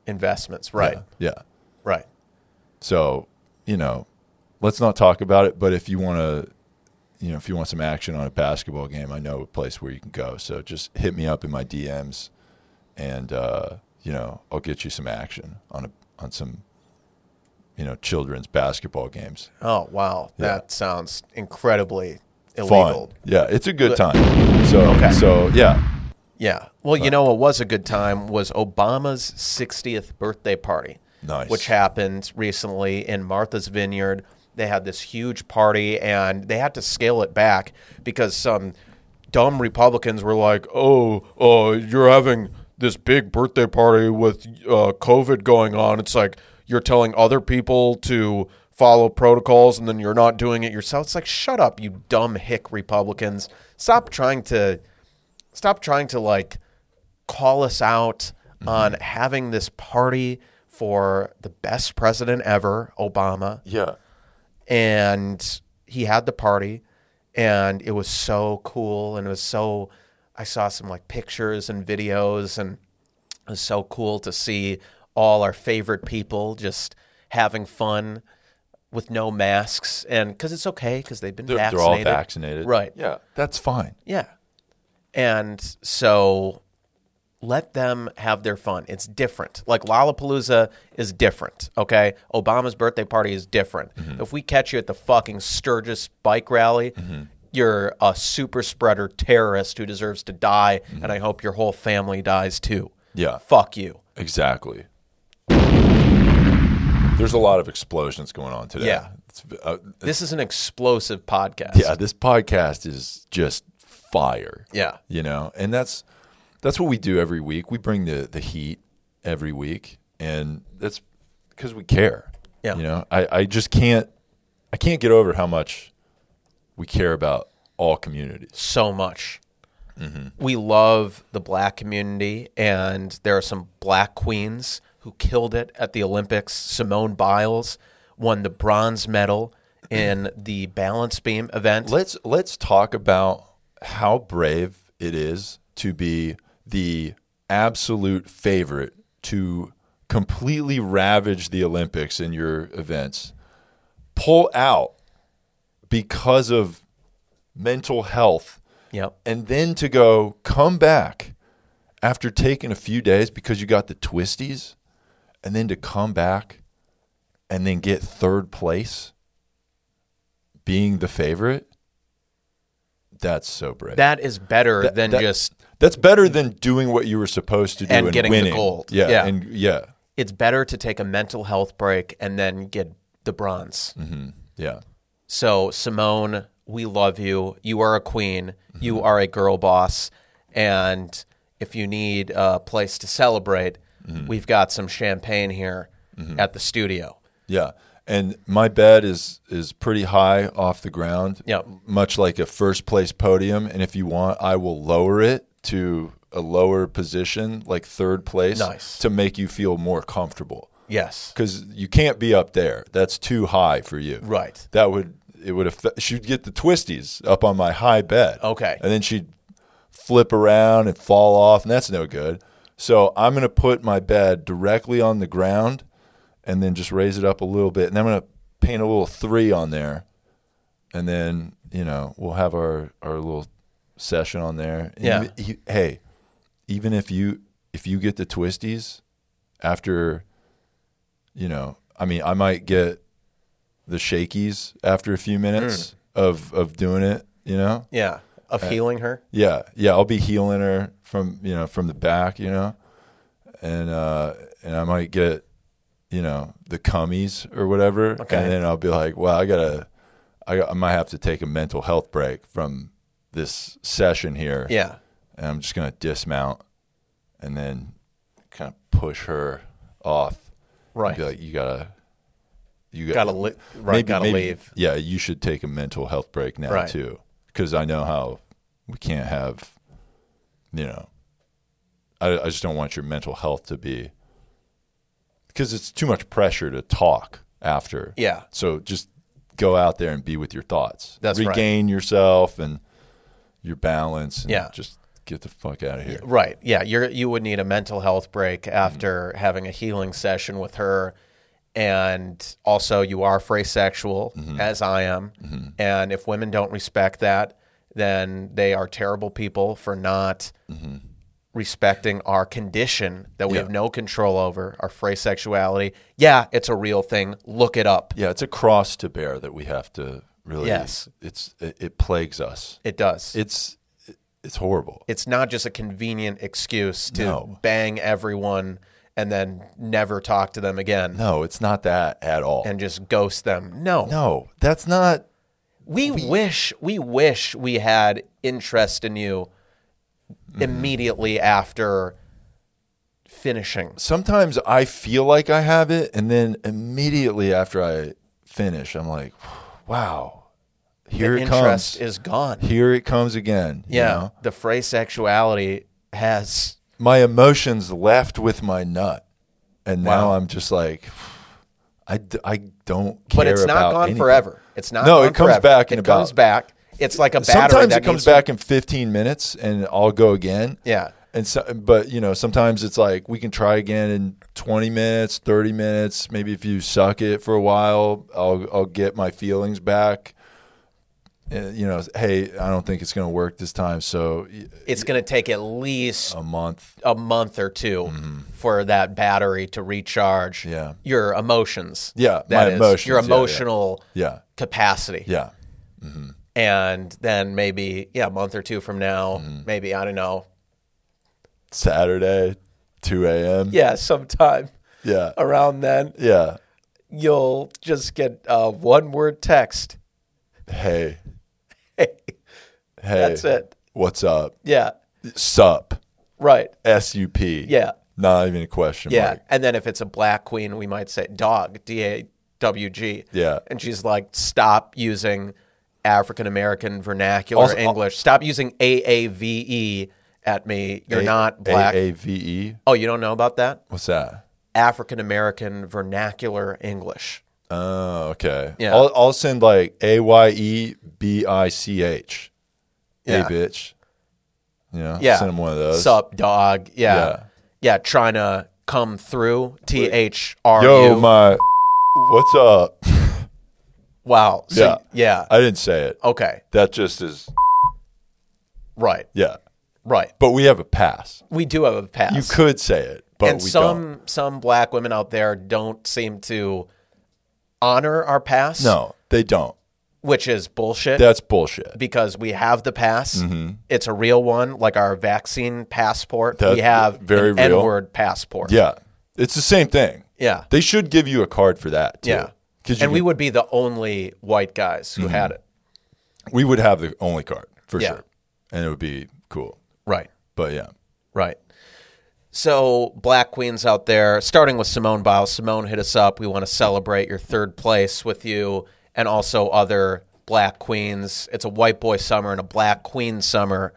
Speaker 2: investments. Right.
Speaker 1: Yeah.
Speaker 2: Right.
Speaker 1: So, you know, let's not talk about it, but if you want to you know, if you want some action on a basketball game, I know a place where you can go. So just hit me up in my DMs and uh, you know, I'll get you some action on a on some you know, children's basketball games.
Speaker 2: Oh wow, that sounds incredibly
Speaker 1: fun.
Speaker 2: illegal.
Speaker 1: Yeah, it's a good time. So so yeah.
Speaker 2: Yeah. Well, you know what was a good time was Obama's 60th birthday party.
Speaker 1: Nice.
Speaker 2: Which happened recently in Martha's Vineyard. They had this huge party and they had to scale it back because some dumb Republicans were like, "Oh, oh, you're having this big birthday party with uh, COVID going on. It's like you're telling other people to follow protocols and then you're not doing it yourself." It's like, "Shut up, you dumb hick Republicans. Stop trying to stop trying to like call us out
Speaker 1: Mm-hmm.
Speaker 2: on having this party for the best president ever, Obama.
Speaker 1: Yeah.
Speaker 2: And he had the party and it was so cool and it was so I saw some like pictures and videos and it was so cool to see all our favorite people just having fun with no masks and cuz it's okay cuz they've been
Speaker 1: They're, they're all
Speaker 2: vaccinated.
Speaker 1: vaccinated.
Speaker 2: Right.
Speaker 1: Yeah. That's fine.
Speaker 2: Yeah. And so let them have their fun. It's different. Like Lollapalooza is different, okay? Obama's birthday party is different.
Speaker 1: Mm-hmm.
Speaker 2: If we catch you at the fucking Sturgis bike rally,
Speaker 1: Mm-hmm.
Speaker 2: you're a super spreader terrorist who deserves to die, and I hope your whole family dies too.
Speaker 1: Mm-hmm. Yeah.
Speaker 2: Fuck you.
Speaker 1: Exactly. There's a lot of explosions going on today.
Speaker 2: Yeah.
Speaker 1: It's, uh,
Speaker 2: This is an explosive podcast.
Speaker 1: yeah. This podcast is just fire.
Speaker 2: Yeah.
Speaker 1: You know, and that's that's what we do every week. We bring the the heat every week, and that's because we care.
Speaker 2: Yeah.
Speaker 1: You know, I I just can't I can't get over how much we care about all communities.
Speaker 2: so much. We love the black community, and there are some black queens who killed it at the Olympics. Simone Biles won the bronze medal in the balance beam event.
Speaker 1: Let's let's talk about how brave it is to be the absolute favorite to completely ravage the Olympics in your events, pull out because of mental health,
Speaker 2: Yep.
Speaker 1: and then to go come back after taking a few days because you got the twisties, and then to come back and then get third place being the favorite. That's so brave.
Speaker 2: That is better than
Speaker 1: that-
Speaker 2: just
Speaker 1: That's better than doing what you were supposed to do
Speaker 2: And
Speaker 1: and,
Speaker 2: getting the
Speaker 1: winning.
Speaker 2: gold.
Speaker 1: Yeah,
Speaker 2: Yeah.
Speaker 1: and yeah,
Speaker 2: it's better to take a mental health break and then get the bronze.
Speaker 1: yeah.
Speaker 2: So, Simone, we love you. You are a queen.
Speaker 1: Mm-hmm.
Speaker 2: You are a girl boss. And if you need a place to celebrate,
Speaker 1: Mm-hmm.
Speaker 2: we've got some champagne here at the studio.
Speaker 1: Yeah. And my bed is is pretty high off the ground.
Speaker 2: Yep.
Speaker 1: Much like a first place podium. And if you want, I will lower it to a lower position, like third place.
Speaker 2: Nice.
Speaker 1: To make you feel more comfortable.
Speaker 2: Yes.
Speaker 1: Because you can't be up there. That's too high for you.
Speaker 2: Right.
Speaker 1: That would it would affect she'd get the twisties up on my high bed.
Speaker 2: Okay.
Speaker 1: And then she'd flip around and fall off, and that's no good. So I'm gonna put my bed directly on the ground and then just raise it up a little bit. And I'm gonna paint a little three on there. And then, you know, we'll have our, our little session on there. And
Speaker 2: Yeah.
Speaker 1: even- he- hey, even if you if you get the twisties after you know, I mean, I might get the shakies after a few minutes of of doing it, you know?
Speaker 2: Yeah. Of healing her.
Speaker 1: Yeah, yeah. I'll be healing her from you know from the back, you know, and uh, and I might get you know the cummies or whatever,
Speaker 2: Okay.
Speaker 1: and then I'll be like, well, I gotta, I, got- I might have to take a mental health break from this session here.
Speaker 2: Yeah.
Speaker 1: and I'm just gonna dismount and then kind of push her off.
Speaker 2: Right.
Speaker 1: And be like, you gotta, you
Speaker 2: Gotta li- right, gotta leave.
Speaker 1: Yeah, you should take a mental health break now
Speaker 2: Right.
Speaker 1: too, because I know how we can't have, you know, I, I just don't want your mental health to be, because it's too much pressure to talk after.
Speaker 2: Yeah.
Speaker 1: So just go out there and be with your thoughts.
Speaker 2: That's right.
Speaker 1: regain yourself and your balance. And
Speaker 2: Yeah.
Speaker 1: Just get the fuck out of here.
Speaker 2: Right. Yeah. You're you would need a mental health
Speaker 1: Mm-hmm.
Speaker 2: break after having a healing session with her, and also you are phrasexual
Speaker 1: Mm-hmm.
Speaker 2: as I am, and if women don't respect that, then they are terrible people for not. Respecting our condition that we
Speaker 1: Mm-hmm. Yeah.
Speaker 2: have no control over, our phrasexuality. Yeah, it's a real thing. Look it up.
Speaker 1: Yeah, it's a cross to bear that we have to really.
Speaker 2: Yes.
Speaker 1: It's it, it plagues us.
Speaker 2: It does.
Speaker 1: It's it's horrible.
Speaker 2: it's not just a convenient excuse to
Speaker 1: No.
Speaker 2: bang everyone and then never talk to them again
Speaker 1: No, it's not that at all.
Speaker 2: and just ghost them. No.
Speaker 1: no, that's not.
Speaker 2: We, wish we wish we had interest in you immediately after finishing.
Speaker 1: Sometimes I feel like I have it, and then immediately after I finish, I'm like, wow, here it
Speaker 2: Interest
Speaker 1: comes.
Speaker 2: is gone.
Speaker 1: here it comes again. you
Speaker 2: yeah.
Speaker 1: know?
Speaker 2: The phrase sexuality has
Speaker 1: my emotions left with my nut, and now I'm just like, I, d- I don't care.
Speaker 2: but it's not
Speaker 1: about
Speaker 2: gone
Speaker 1: anything.
Speaker 2: forever. It's not
Speaker 1: No,
Speaker 2: gone
Speaker 1: it comes
Speaker 2: forever.
Speaker 1: back in
Speaker 2: it comes
Speaker 1: about-
Speaker 2: back. It's like a battery
Speaker 1: sometimes
Speaker 2: that
Speaker 1: it comes
Speaker 2: needs to-
Speaker 1: back in 15 minutes and I'll go again.
Speaker 2: Yeah.
Speaker 1: And so, but you know, sometimes it's like we can try again in 20 minutes, 30 minutes. Maybe if you suck it for a while, I'll I'll get my feelings back. Uh, you know, hey, I don't think it's going to work this time. So y-
Speaker 2: it's going to take at least
Speaker 1: a month.
Speaker 2: a month or 2 for that battery to recharge
Speaker 1: Mm-hmm. Yeah.
Speaker 2: your emotions.
Speaker 1: Yeah,
Speaker 2: that
Speaker 1: my
Speaker 2: is,
Speaker 1: emotions,
Speaker 2: Your
Speaker 1: yeah, yeah.
Speaker 2: emotional
Speaker 1: Yeah.
Speaker 2: capacity.
Speaker 1: Yeah.
Speaker 2: And then maybe, yeah, a month or two from now,
Speaker 1: Mm-hmm.
Speaker 2: maybe, I don't know.
Speaker 1: Saturday, 2 a.m.
Speaker 2: Yeah, sometime
Speaker 1: Yeah.
Speaker 2: around then,
Speaker 1: Yeah.
Speaker 2: you'll just get a one word text.
Speaker 1: Hey,
Speaker 2: Hey,
Speaker 1: hey.
Speaker 2: That's it.
Speaker 1: What's up?
Speaker 2: yeah,
Speaker 1: Sup.
Speaker 2: right.
Speaker 1: S U P.
Speaker 2: Yeah.
Speaker 1: Not even a question
Speaker 2: Yeah.
Speaker 1: mark.
Speaker 2: And then if it's a black queen, we might say dog, D A W G.
Speaker 1: Yeah.
Speaker 2: And she's like, stop using African American vernacular
Speaker 1: Also- uh,
Speaker 2: English. stop using A A V E at me. You're
Speaker 1: A-
Speaker 2: not black.
Speaker 1: A A V E.
Speaker 2: oh, you don't know about that?
Speaker 1: What's that?
Speaker 2: African American vernacular English.
Speaker 1: Oh, okay.
Speaker 2: Yeah.
Speaker 1: I'll, I'll send like A Y E B I C H.
Speaker 2: Yeah.
Speaker 1: Hey, bitch. Yeah.
Speaker 2: Yeah.
Speaker 1: Send him one of those.
Speaker 2: Sup, dog. Yeah.
Speaker 1: Yeah.
Speaker 2: Yeah. trying to come through. T H R U.
Speaker 1: Yo, my. What's up?
Speaker 2: wow. So, yeah.
Speaker 1: I didn't say it.
Speaker 2: Okay.
Speaker 1: That just is.
Speaker 2: Right.
Speaker 1: Yeah.
Speaker 2: Right.
Speaker 1: But we have a pass.
Speaker 2: We do have a pass.
Speaker 1: You could say it, but
Speaker 2: and
Speaker 1: we
Speaker 2: some
Speaker 1: don't.
Speaker 2: some black women out there don't seem to honor our pass.
Speaker 1: No, they don't.
Speaker 2: Which is bullshit.
Speaker 1: That's bullshit.
Speaker 2: because we have the pass.
Speaker 1: Mm-hmm.
Speaker 2: It's a real one, like our vaccine passport.
Speaker 1: That's
Speaker 2: we have
Speaker 1: very
Speaker 2: an
Speaker 1: real.
Speaker 2: N-word passport.
Speaker 1: Yeah. It's the same thing.
Speaker 2: Yeah.
Speaker 1: They should give you a card for that. Too.
Speaker 2: Yeah.
Speaker 1: Because
Speaker 2: And we would be the only white guys
Speaker 1: Mm-hmm.
Speaker 2: who had it.
Speaker 1: we would have the only card for
Speaker 2: Yeah.
Speaker 1: sure. And it would be cool.
Speaker 2: Right.
Speaker 1: But yeah.
Speaker 2: Right. So, black queens out there, starting with Simone Biles. Simone hit us up. We want to celebrate your third place with you and also other black queens. It's a white boy summer and a black queen summer.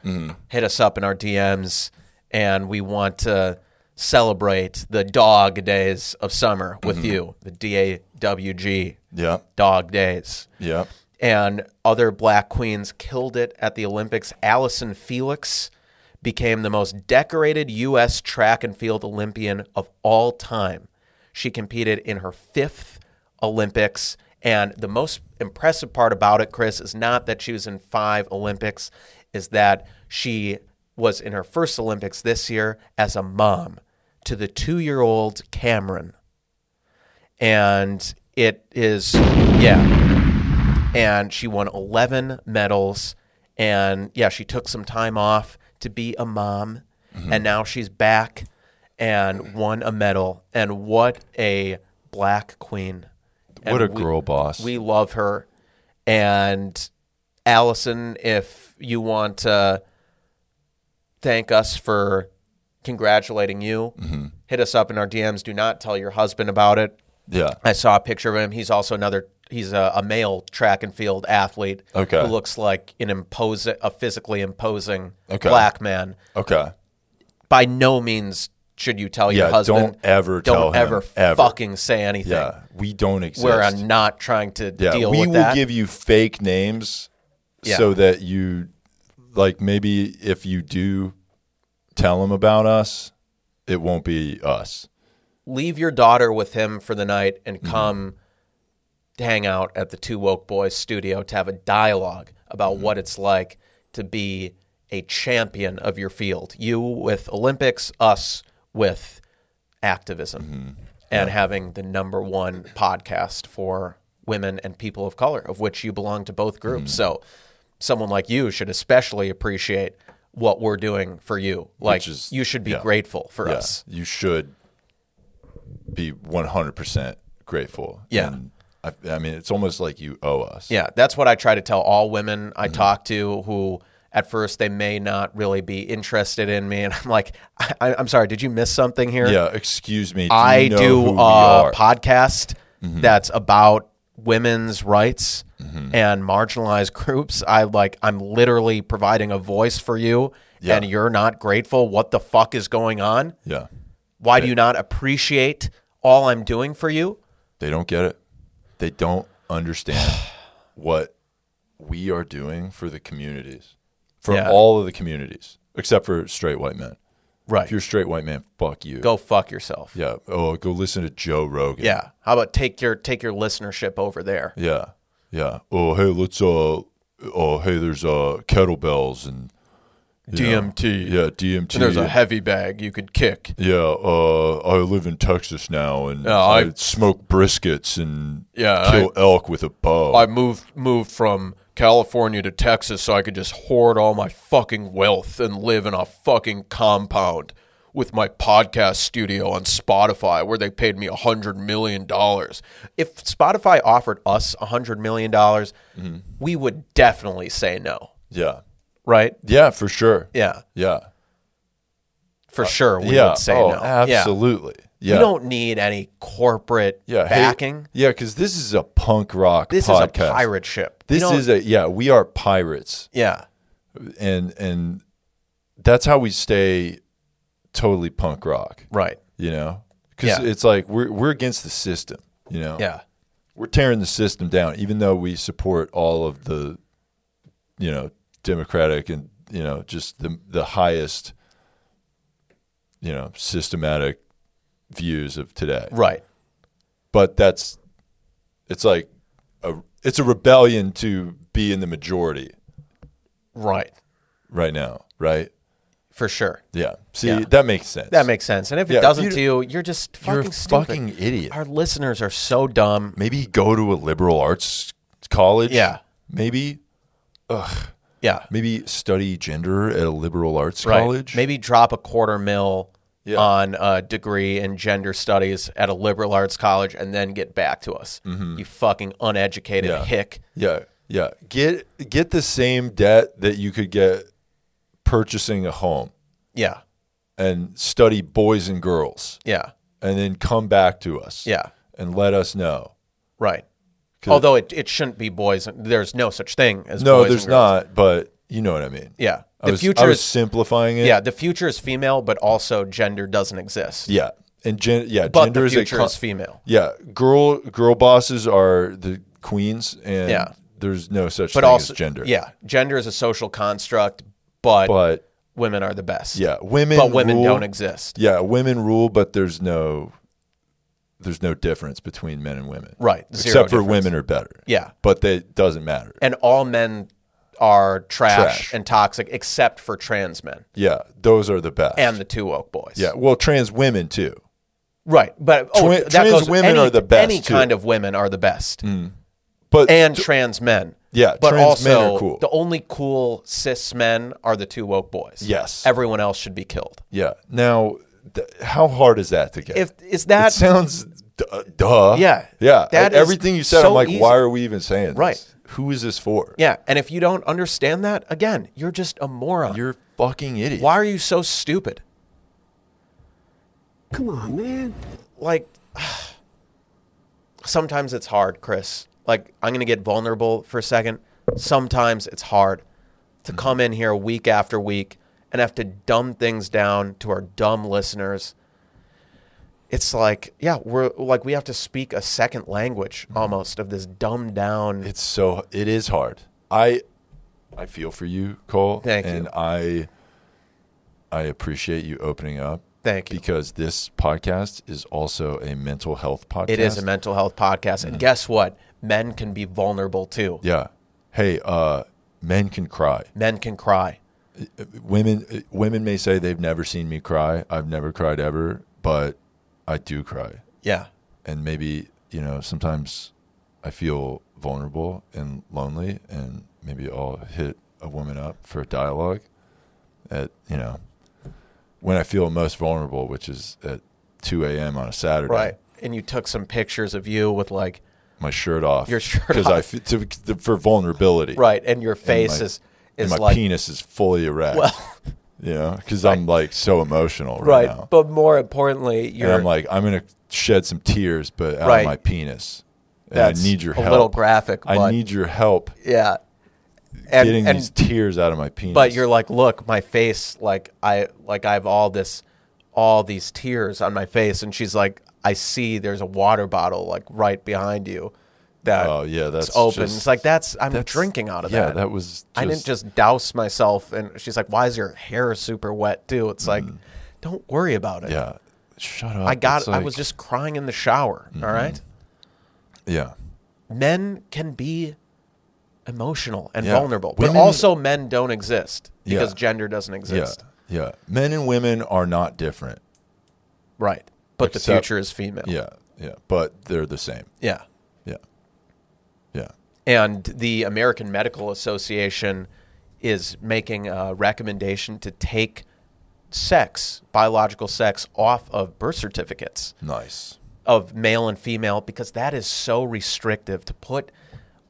Speaker 2: Hit us up in our DMs, and we want to celebrate the dog days of summer with you, the D A W G,
Speaker 1: Yeah.
Speaker 2: dog days
Speaker 1: Yeah.
Speaker 2: and other black queens killed it at the Olympics. Allison Felix became the most decorated U.S. track and field Olympian of all time. She competed in her fifth Olympics. And the most impressive part about it, Chris, is not that she was in five Olympics, is that she was in her first Olympics this year as a mom to the two year old Cameron. And it is, yeah and she won 11 medals and yeah she took some time off to be a mom
Speaker 1: Mm-hmm.
Speaker 2: and now she's back and won a medal and what a black queen And
Speaker 1: What a
Speaker 2: we-
Speaker 1: girl boss.
Speaker 2: we love her and allison if you want to thank us for congratulating you
Speaker 1: Mm-hmm.
Speaker 2: hit us up in our dms do not tell your husband about it
Speaker 1: yeah.
Speaker 2: I saw a picture of him. He's also another. He's a, a male track and field athlete.
Speaker 1: Okay.
Speaker 2: Who looks like an impose a physically imposing
Speaker 1: Okay.
Speaker 2: black man.
Speaker 1: Okay.
Speaker 2: By no means should you tell your
Speaker 1: Yeah,
Speaker 2: husband.
Speaker 1: don't ever
Speaker 2: don't
Speaker 1: tell him,
Speaker 2: ever,
Speaker 1: ever.
Speaker 2: fucking say anything.
Speaker 1: Yeah. We don't exist.
Speaker 2: We're uh, not trying to
Speaker 1: yeah.
Speaker 2: deal
Speaker 1: we
Speaker 2: with
Speaker 1: will
Speaker 2: that.
Speaker 1: give you fake names
Speaker 2: Yeah.
Speaker 1: so that you, like, maybe if you do tell them about us, it won't be us.
Speaker 2: Leave your daughter with him for the night
Speaker 1: Mm-hmm.
Speaker 2: and come hang out at the Two Woke Boys studio to have a dialogue about
Speaker 1: Mm-hmm.
Speaker 2: what it's like to be a champion of your field. You with Olympics, us with activism
Speaker 1: Mm-hmm.
Speaker 2: and having the number one podcast for women and people of color, of which you belong to both groups.
Speaker 1: Mm-hmm.
Speaker 2: So someone like you should especially appreciate what we're doing for you. Like
Speaker 1: is-
Speaker 2: you should be
Speaker 1: yeah.
Speaker 2: grateful for
Speaker 1: Yeah.
Speaker 2: us.
Speaker 1: You should be 100% grateful.
Speaker 2: Yeah.
Speaker 1: And I, I mean, it's almost like you owe us.
Speaker 2: Yeah, that's what I try to tell all women
Speaker 1: Mm-hmm.
Speaker 2: I talk to who at first they may not really be interested in me, and I'm like, I, I- I'm sorry, did you miss something here?
Speaker 1: Yeah, excuse me. Do
Speaker 2: I
Speaker 1: you know
Speaker 2: do
Speaker 1: who we
Speaker 2: a
Speaker 1: are? Mm-hmm.
Speaker 2: podcast that's about women's rights and marginalized groups. I like, I'm literally providing a voice for you,
Speaker 1: Yeah.
Speaker 2: and you're not grateful. What the fuck is going on?
Speaker 1: yeah,
Speaker 2: Why do you not appreciate all I'm doing for you?
Speaker 1: they don't get it. They don't understand what we are doing for the communities, for
Speaker 2: Yeah.
Speaker 1: all of the communities, except for straight white men. If
Speaker 2: Right.
Speaker 1: you're a straight white man, fuck you.
Speaker 2: Go fuck yourself.
Speaker 1: Yeah. Oh, go listen to Joe Rogan.
Speaker 2: Yeah. How about take your take your listenership over there?
Speaker 1: Yeah. Yeah. Oh, hey, let's uh oh, hey, there's uh kettlebells and you know,
Speaker 2: DMT.
Speaker 1: Yeah, DMT.
Speaker 2: And there's a heavy bag you could kick.
Speaker 1: yeah, uh, I live in Texas now, and
Speaker 2: Yeah,
Speaker 1: I,
Speaker 2: I-
Speaker 1: smoke briskets and
Speaker 2: Yeah,
Speaker 1: kill elk with a bow.
Speaker 2: I moved moved from California to Texas so I could just hoard all my fucking wealth and live in a fucking compound with my podcast studio on Spotify where they paid me a hundred million dollars. If Spotify offered us a hundred million dollars,
Speaker 1: Mm-hmm.
Speaker 2: we would definitely say no.
Speaker 1: yeah,
Speaker 2: Right?
Speaker 1: yeah, for sure.
Speaker 2: Yeah.
Speaker 1: yeah,
Speaker 2: For sure we
Speaker 1: Uh, yeah.
Speaker 2: would say
Speaker 1: oh,
Speaker 2: no. Yeah.
Speaker 1: absolutely. Yeah,
Speaker 2: We don't need any corporate
Speaker 1: yeah. hey-
Speaker 2: backing.
Speaker 1: yeah, because this is a punk rock.
Speaker 2: This
Speaker 1: podcast.
Speaker 2: is a pirate ship. We
Speaker 1: This
Speaker 2: don't-
Speaker 1: is a yeah. We are pirates.
Speaker 2: yeah,
Speaker 1: and and that's how we stay totally punk rock,
Speaker 2: right.
Speaker 1: you know? Because
Speaker 2: Yeah.
Speaker 1: it's like we're we're against the system, you know?
Speaker 2: Yeah,
Speaker 1: we're tearing the system down, even though we support all of the, you know, democratic and you know just the the highest you know systematic views of today
Speaker 2: Right.
Speaker 1: but that's it's like a it's a rebellion to be in the majority
Speaker 2: Right.
Speaker 1: right now right
Speaker 2: For sure.
Speaker 1: yeah see
Speaker 2: Yeah.
Speaker 1: that makes sense
Speaker 2: That makes sense. And if
Speaker 1: Yeah,
Speaker 2: it
Speaker 1: if
Speaker 2: doesn't
Speaker 1: you-
Speaker 2: to you, you're just fucking
Speaker 1: you're a
Speaker 2: stupid.
Speaker 1: fucking idiot
Speaker 2: Our listeners are so dumb.
Speaker 1: maybe go to a liberal arts college
Speaker 2: Yeah.
Speaker 1: maybe
Speaker 2: Yeah.
Speaker 1: maybe study gender at a liberal arts
Speaker 2: Right.
Speaker 1: college
Speaker 2: Maybe drop a quarter mil
Speaker 1: Yeah.
Speaker 2: on a degree in gender studies at a liberal arts college and then get back to us. You fucking uneducated
Speaker 1: Mm-hmm. Yeah.
Speaker 2: hick.
Speaker 1: Yeah, yeah. Get get the same debt that you could get purchasing a home
Speaker 2: Yeah.
Speaker 1: and study boys and girls
Speaker 2: Yeah.
Speaker 1: and then come back to us.
Speaker 2: Yeah.
Speaker 1: And let us know.
Speaker 2: Right.
Speaker 1: 'Cause-
Speaker 2: Although it, it shouldn't be boys. There's no such thing as
Speaker 1: No,
Speaker 2: boys and
Speaker 1: there's
Speaker 2: girls.
Speaker 1: not, but you know what I mean.
Speaker 2: Yeah.
Speaker 1: I
Speaker 2: The
Speaker 1: was,
Speaker 2: future
Speaker 1: I was
Speaker 2: is
Speaker 1: simplifying it.
Speaker 2: yeah, the future is female, but also gender doesn't exist.
Speaker 1: Yeah. And gen- yeah,
Speaker 2: but
Speaker 1: gender
Speaker 2: the
Speaker 1: is a
Speaker 2: future
Speaker 1: con-
Speaker 2: is female.
Speaker 1: Yeah, girl girl bosses are the queens and
Speaker 2: Yeah.
Speaker 1: there's no such
Speaker 2: But
Speaker 1: thing
Speaker 2: also
Speaker 1: as gender.
Speaker 2: Yeah, gender is a social construct, but,
Speaker 1: But
Speaker 2: women are the best.
Speaker 1: yeah, women
Speaker 2: but women
Speaker 1: rule-
Speaker 2: don't exist.
Speaker 1: Yeah, women rule, but there's no there's no difference between men and women.
Speaker 2: Right, zero
Speaker 1: Except for
Speaker 2: difference.
Speaker 1: women are better.
Speaker 2: Yeah,
Speaker 1: But that doesn't matter.
Speaker 2: and all men are trash,
Speaker 1: Trash.
Speaker 2: and toxic, except for trans men
Speaker 1: Yeah, those are the best.
Speaker 2: and the two woke boys.
Speaker 1: yeah, well, trans women too.
Speaker 2: right. But oh,
Speaker 1: Twi-
Speaker 2: that
Speaker 1: trans
Speaker 2: goes-
Speaker 1: women
Speaker 2: any-
Speaker 1: are the best,
Speaker 2: Any
Speaker 1: too.
Speaker 2: kind of women are the best,
Speaker 1: But
Speaker 2: and trans men.
Speaker 1: Yeah,
Speaker 2: but
Speaker 1: trans men
Speaker 2: also
Speaker 1: are cool.
Speaker 2: the only cool cis men are the two woke boys.
Speaker 1: Yes.
Speaker 2: everyone else should be killed.
Speaker 1: yeah, now th- how hard is that to get?
Speaker 2: If is
Speaker 1: it
Speaker 2: that
Speaker 1: sounds d- uh, duh.
Speaker 2: Yeah,
Speaker 1: yeah.
Speaker 2: that
Speaker 1: That
Speaker 2: is
Speaker 1: everything you said,
Speaker 2: so
Speaker 1: I'm like,
Speaker 2: easy.
Speaker 1: why are we even saying this?
Speaker 2: Right.
Speaker 1: Who is this for?
Speaker 2: Yeah, and if you don't understand that, again, you're just a moron.
Speaker 1: You're a fucking idiot.
Speaker 2: Why are you so stupid?
Speaker 3: Come on, man.
Speaker 2: Like, sometimes it's hard, Chris. Like, I'm going to get vulnerable for a second. Sometimes it's hard
Speaker 3: Mm-hmm.
Speaker 2: to come in here week after week and have to dumb things down to our dumb listeners. It's like, yeah, we're like, we have to speak a second language
Speaker 3: Mm-hmm.
Speaker 2: almost of this dumbed down.
Speaker 1: It's so it is hard. I I feel for you, Cole.
Speaker 2: Thank you.
Speaker 1: and I I appreciate you opening up.
Speaker 2: Thank you.
Speaker 1: Because this podcast is also a mental health podcast.
Speaker 2: It is a mental health podcast. And guess what? Men can be vulnerable too.
Speaker 1: Yeah. Hey, uh men can cry.
Speaker 2: Men can cry.
Speaker 1: Women uh, women may say they've never seen me cry. I've never cried ever, but I do cry.
Speaker 2: Yeah.
Speaker 1: And maybe, you know, sometimes I feel vulnerable and lonely and maybe I'll hit a woman up for a dialogue at, you know, when I feel most vulnerable, which is at 2 a.m. on a Saturday.
Speaker 2: Right. And you took some pictures of you with like
Speaker 1: My shirt off.
Speaker 2: Your shirt
Speaker 1: Because
Speaker 2: off.
Speaker 1: I fe- to, to, for vulnerability.
Speaker 2: right, and your face
Speaker 1: my-
Speaker 2: is
Speaker 1: And
Speaker 2: is
Speaker 1: my
Speaker 2: like
Speaker 1: penis is fully erect.
Speaker 2: well,
Speaker 1: you know, because I'm like so emotional right,
Speaker 2: right.
Speaker 1: now.
Speaker 2: But more importantly,
Speaker 1: and
Speaker 2: you're
Speaker 1: I'm like, I'm gonna shed some tears, but out
Speaker 2: Right.
Speaker 1: of my penis. And I
Speaker 2: that's
Speaker 1: need your
Speaker 2: a
Speaker 1: help.
Speaker 2: little graphic. But,
Speaker 1: I need your help
Speaker 2: yeah, and,
Speaker 1: getting
Speaker 2: and-
Speaker 1: these tears out of my penis.
Speaker 2: but you're like, look, my face, like I like I have all this, all these tears on my face, and she's like, I see there's a water bottle like right behind you, that
Speaker 1: Oh, yeah, that's
Speaker 2: it's open.
Speaker 1: just-
Speaker 2: it's like that's I'm
Speaker 1: that's-
Speaker 2: drinking out of
Speaker 1: yeah,
Speaker 2: that.
Speaker 1: that was. Just,
Speaker 2: I didn't just douse myself. And she's like, why is your hair super wet too? It's like, don't worry about it.
Speaker 1: Mm. Yeah, shut up.
Speaker 2: I got
Speaker 1: It's
Speaker 2: I
Speaker 1: like- Mm-hmm.
Speaker 2: was just crying in the shower. all right.
Speaker 1: Yeah,
Speaker 2: Men can be emotional and
Speaker 1: Yeah.
Speaker 2: vulnerable, but
Speaker 1: Women-
Speaker 2: also men don't exist because
Speaker 1: Yeah.
Speaker 2: gender doesn't
Speaker 1: yeah,
Speaker 2: exist.
Speaker 1: yeah. Men and women are not different.
Speaker 2: Right. But the
Speaker 1: Except-
Speaker 2: future is female.
Speaker 1: Yeah, yeah, but they're the same.
Speaker 2: Yeah.
Speaker 1: Yeah, yeah.
Speaker 2: And the American Medical Association is making a recommendation to take sex, biological sex, off of birth certificates.
Speaker 1: Nice.
Speaker 2: of male and female because that is so restrictive to put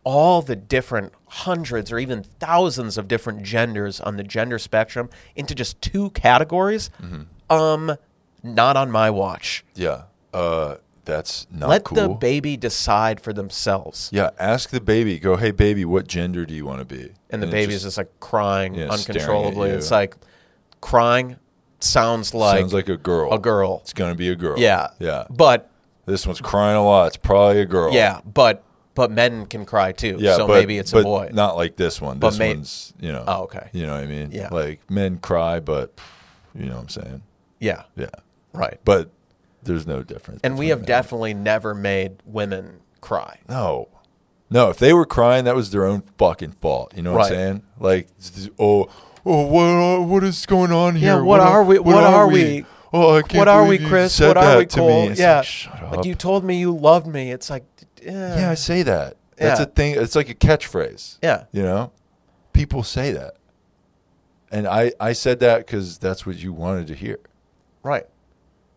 Speaker 2: all the different hundreds or even thousands of different genders on the gender spectrum into just two categories.
Speaker 1: Mm-hmm.
Speaker 2: Um, not on my watch.
Speaker 1: Yeah. Uh, that's not
Speaker 2: Let
Speaker 1: cool.
Speaker 2: the baby decide for themselves.
Speaker 1: yeah, ask the baby. Go, hey, baby, what gender do you want to be?
Speaker 2: And the
Speaker 1: it
Speaker 2: baby
Speaker 1: just
Speaker 2: is just like crying
Speaker 1: Yeah, staring at
Speaker 2: uncontrollably.
Speaker 1: you.
Speaker 2: It's like crying sounds like,
Speaker 1: sounds like a girl.
Speaker 2: a girl.
Speaker 1: It's gonna be a girl.
Speaker 2: Yeah.
Speaker 1: Yeah.
Speaker 2: But
Speaker 1: This one's crying a lot. It's probably a girl.
Speaker 2: yeah, but but men can cry too.
Speaker 1: Yeah,
Speaker 2: so
Speaker 1: but,
Speaker 2: maybe it's
Speaker 1: but
Speaker 2: a boy.
Speaker 1: Not like this one.
Speaker 2: But
Speaker 1: This
Speaker 2: may-
Speaker 1: one's you know.
Speaker 2: Oh, okay.
Speaker 1: You know what I mean?
Speaker 2: Yeah.
Speaker 1: Like men cry, but you know what I'm saying?
Speaker 2: yeah,
Speaker 1: Yeah.
Speaker 2: right.
Speaker 1: But there's no difference.
Speaker 2: and we
Speaker 1: between
Speaker 2: have
Speaker 1: men.
Speaker 2: definitely never made women cry.
Speaker 1: No. No, if they were crying, that was their own fucking fault. You know what I'm
Speaker 2: Right.
Speaker 1: saying? Like, oh, oh, what, are- what is going on here?
Speaker 2: what are we- what are we?
Speaker 1: Oh, I can't
Speaker 2: what are we,
Speaker 1: believe you
Speaker 2: Chris?
Speaker 1: said
Speaker 2: What are
Speaker 1: that
Speaker 2: we,
Speaker 1: to me.
Speaker 2: Cole?
Speaker 1: It's
Speaker 2: yeah,
Speaker 1: like, shut up.
Speaker 2: Like, you told me you loved me. It's like, eh.
Speaker 1: yeah, I say that. That's
Speaker 2: Yeah.
Speaker 1: a thing. It's like a catchphrase.
Speaker 2: Yeah.
Speaker 1: You know, people say that, and I I said that because that's what you wanted to hear.
Speaker 2: right.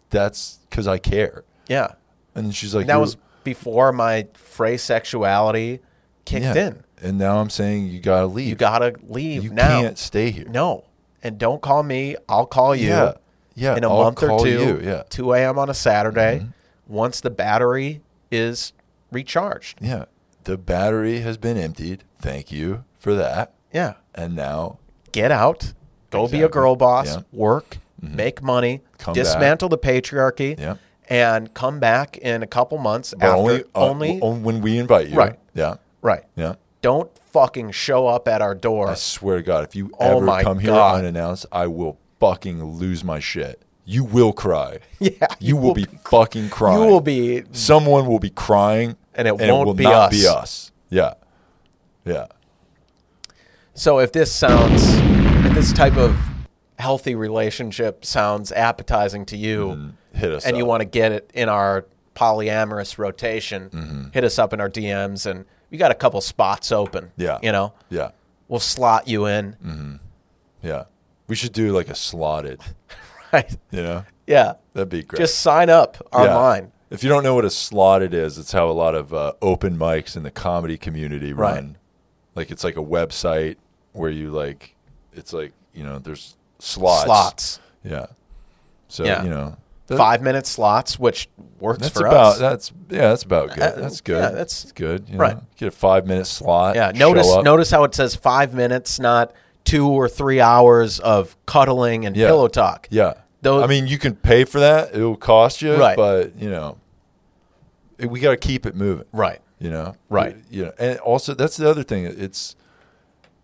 Speaker 1: That's because I care.
Speaker 2: Yeah,
Speaker 1: And then she's like,
Speaker 2: that
Speaker 1: "You're-
Speaker 2: was before my fray sexuality kicked
Speaker 1: yeah."
Speaker 2: in.
Speaker 1: And now I'm saying you gotta leave.
Speaker 2: You gotta leave
Speaker 1: You
Speaker 2: now.
Speaker 1: can't stay here.
Speaker 2: No, and don't call me. I'll call you.
Speaker 1: Yeah. Yeah.
Speaker 2: in a
Speaker 1: I'll
Speaker 2: month or
Speaker 1: call
Speaker 2: two,
Speaker 1: you, Yeah. Mm-hmm.
Speaker 2: two a.m. on a Saturday, once the battery is recharged.
Speaker 1: Yeah. The battery has been emptied. Thank you for that.
Speaker 2: Yeah,
Speaker 1: And now
Speaker 2: get out, go be a
Speaker 1: Exactly.
Speaker 2: girl boss,
Speaker 1: Yeah. Mm-hmm.
Speaker 2: work, make money,
Speaker 1: Come back.
Speaker 2: dismantle the patriarchy,
Speaker 1: Yeah.
Speaker 2: and come back in a couple months
Speaker 1: but
Speaker 2: after
Speaker 1: only,
Speaker 2: only,
Speaker 1: uh, on- when we invite you.
Speaker 2: Right.
Speaker 1: Yeah.
Speaker 2: right.
Speaker 1: Yeah.
Speaker 2: Don't fucking show up at our door.
Speaker 1: I swear to God, if you
Speaker 2: Oh
Speaker 1: ever
Speaker 2: my
Speaker 1: come here
Speaker 2: God.
Speaker 1: unannounced, I will fucking lose my shit. You will cry.
Speaker 2: Yeah,
Speaker 1: You, will, be, fucking crying.
Speaker 2: You will be
Speaker 1: Someone will be crying,
Speaker 2: And it won't
Speaker 1: will
Speaker 2: be
Speaker 1: not
Speaker 2: us.
Speaker 1: be us. Yeah. Yeah.
Speaker 2: So if this sounds, if this type of healthy relationship sounds appetizing to you,
Speaker 1: Hit us.
Speaker 2: and you
Speaker 1: up.
Speaker 2: want to get it in our polyamorous rotation,
Speaker 1: Mm-hmm.
Speaker 2: hit us up in our DMs, and we got a couple spots open.
Speaker 1: Yeah.
Speaker 2: you know,
Speaker 1: Yeah.
Speaker 2: we'll slot you in.
Speaker 1: Yeah. We should do like a slotted.
Speaker 2: Right?
Speaker 1: You know,
Speaker 2: Yeah.
Speaker 1: that'd be great.
Speaker 2: Just sign up
Speaker 1: Yeah.
Speaker 2: online.
Speaker 1: If you don't know what a slot it is, it's how a lot of uh, open mics in the comedy community
Speaker 2: Right.
Speaker 1: run. Like it's like a website where you like, it's like you know, there's slots.
Speaker 2: Slots,
Speaker 1: Yeah. So
Speaker 2: Yeah.
Speaker 1: you know,
Speaker 2: five minute slots, which works
Speaker 1: that's
Speaker 2: for
Speaker 1: about
Speaker 2: us. Uh,
Speaker 1: that's yeah, that's about good. that's good.
Speaker 2: yeah, that's-
Speaker 1: good. you
Speaker 2: right.
Speaker 1: know. Get a five minute slot.
Speaker 2: yeah.
Speaker 1: show
Speaker 2: Notice
Speaker 1: up.
Speaker 2: notice how it says five minutes, not two or three hours of cuddling and
Speaker 1: Yeah.
Speaker 2: pillow talk.
Speaker 1: Yeah.
Speaker 2: Those-
Speaker 1: I mean, you can pay for that. It will cost you,
Speaker 2: Right.
Speaker 1: but you know, it- we got to keep it moving.
Speaker 2: Right.
Speaker 1: you know
Speaker 2: Right.
Speaker 1: you know and also that's the other thing it's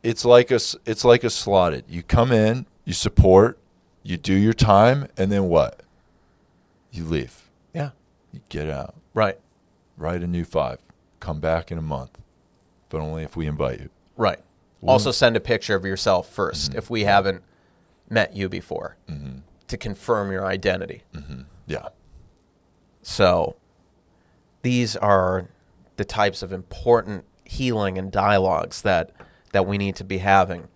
Speaker 1: it's like a s- it's like a slotted you come in you support you do your time and then what you leave
Speaker 2: Yeah.
Speaker 1: you get out
Speaker 2: Right.
Speaker 1: write a new five come back in a month but only if we invite you
Speaker 2: Right.
Speaker 1: Mm-hmm.
Speaker 2: Also, send a picture of yourself 1st if we haven't met you before
Speaker 1: Mm-hmm.
Speaker 2: to confirm your identity.
Speaker 1: yeah
Speaker 2: So, these are the types of important healing and dialogues that that we need to be having.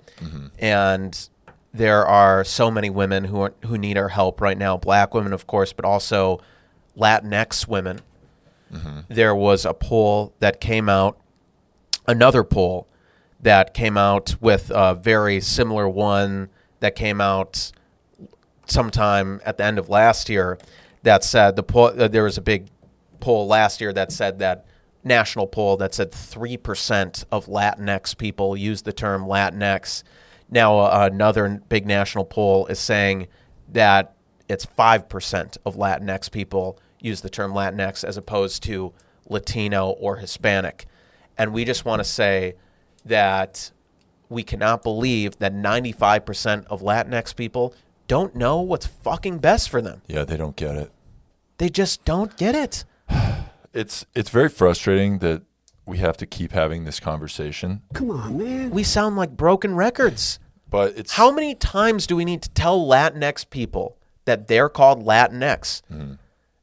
Speaker 2: And there are so many women who are, who need our help right now. Black women, of course, but also Latinx women. There was a poll that came out another poll that came out with a very similar one that came out sometime at the end of last year that said the poll uh, there was a big poll last year that said that national poll that said 3% of latinx people use the term latinx now uh, another big national poll is saying that it's 5% of latinx people use the term latinx as opposed to latino or hispanic and we just want to say that we cannot believe that 95% of Latinx people don't know what's fucking best for them.
Speaker 1: yeah they don't get it
Speaker 2: They just don't get it.
Speaker 1: it's it's very frustrating that we have to keep having this conversation
Speaker 2: We sound like broken records.
Speaker 1: but it's
Speaker 2: How many times do we need to tell Latinx people that they're called Latinx? And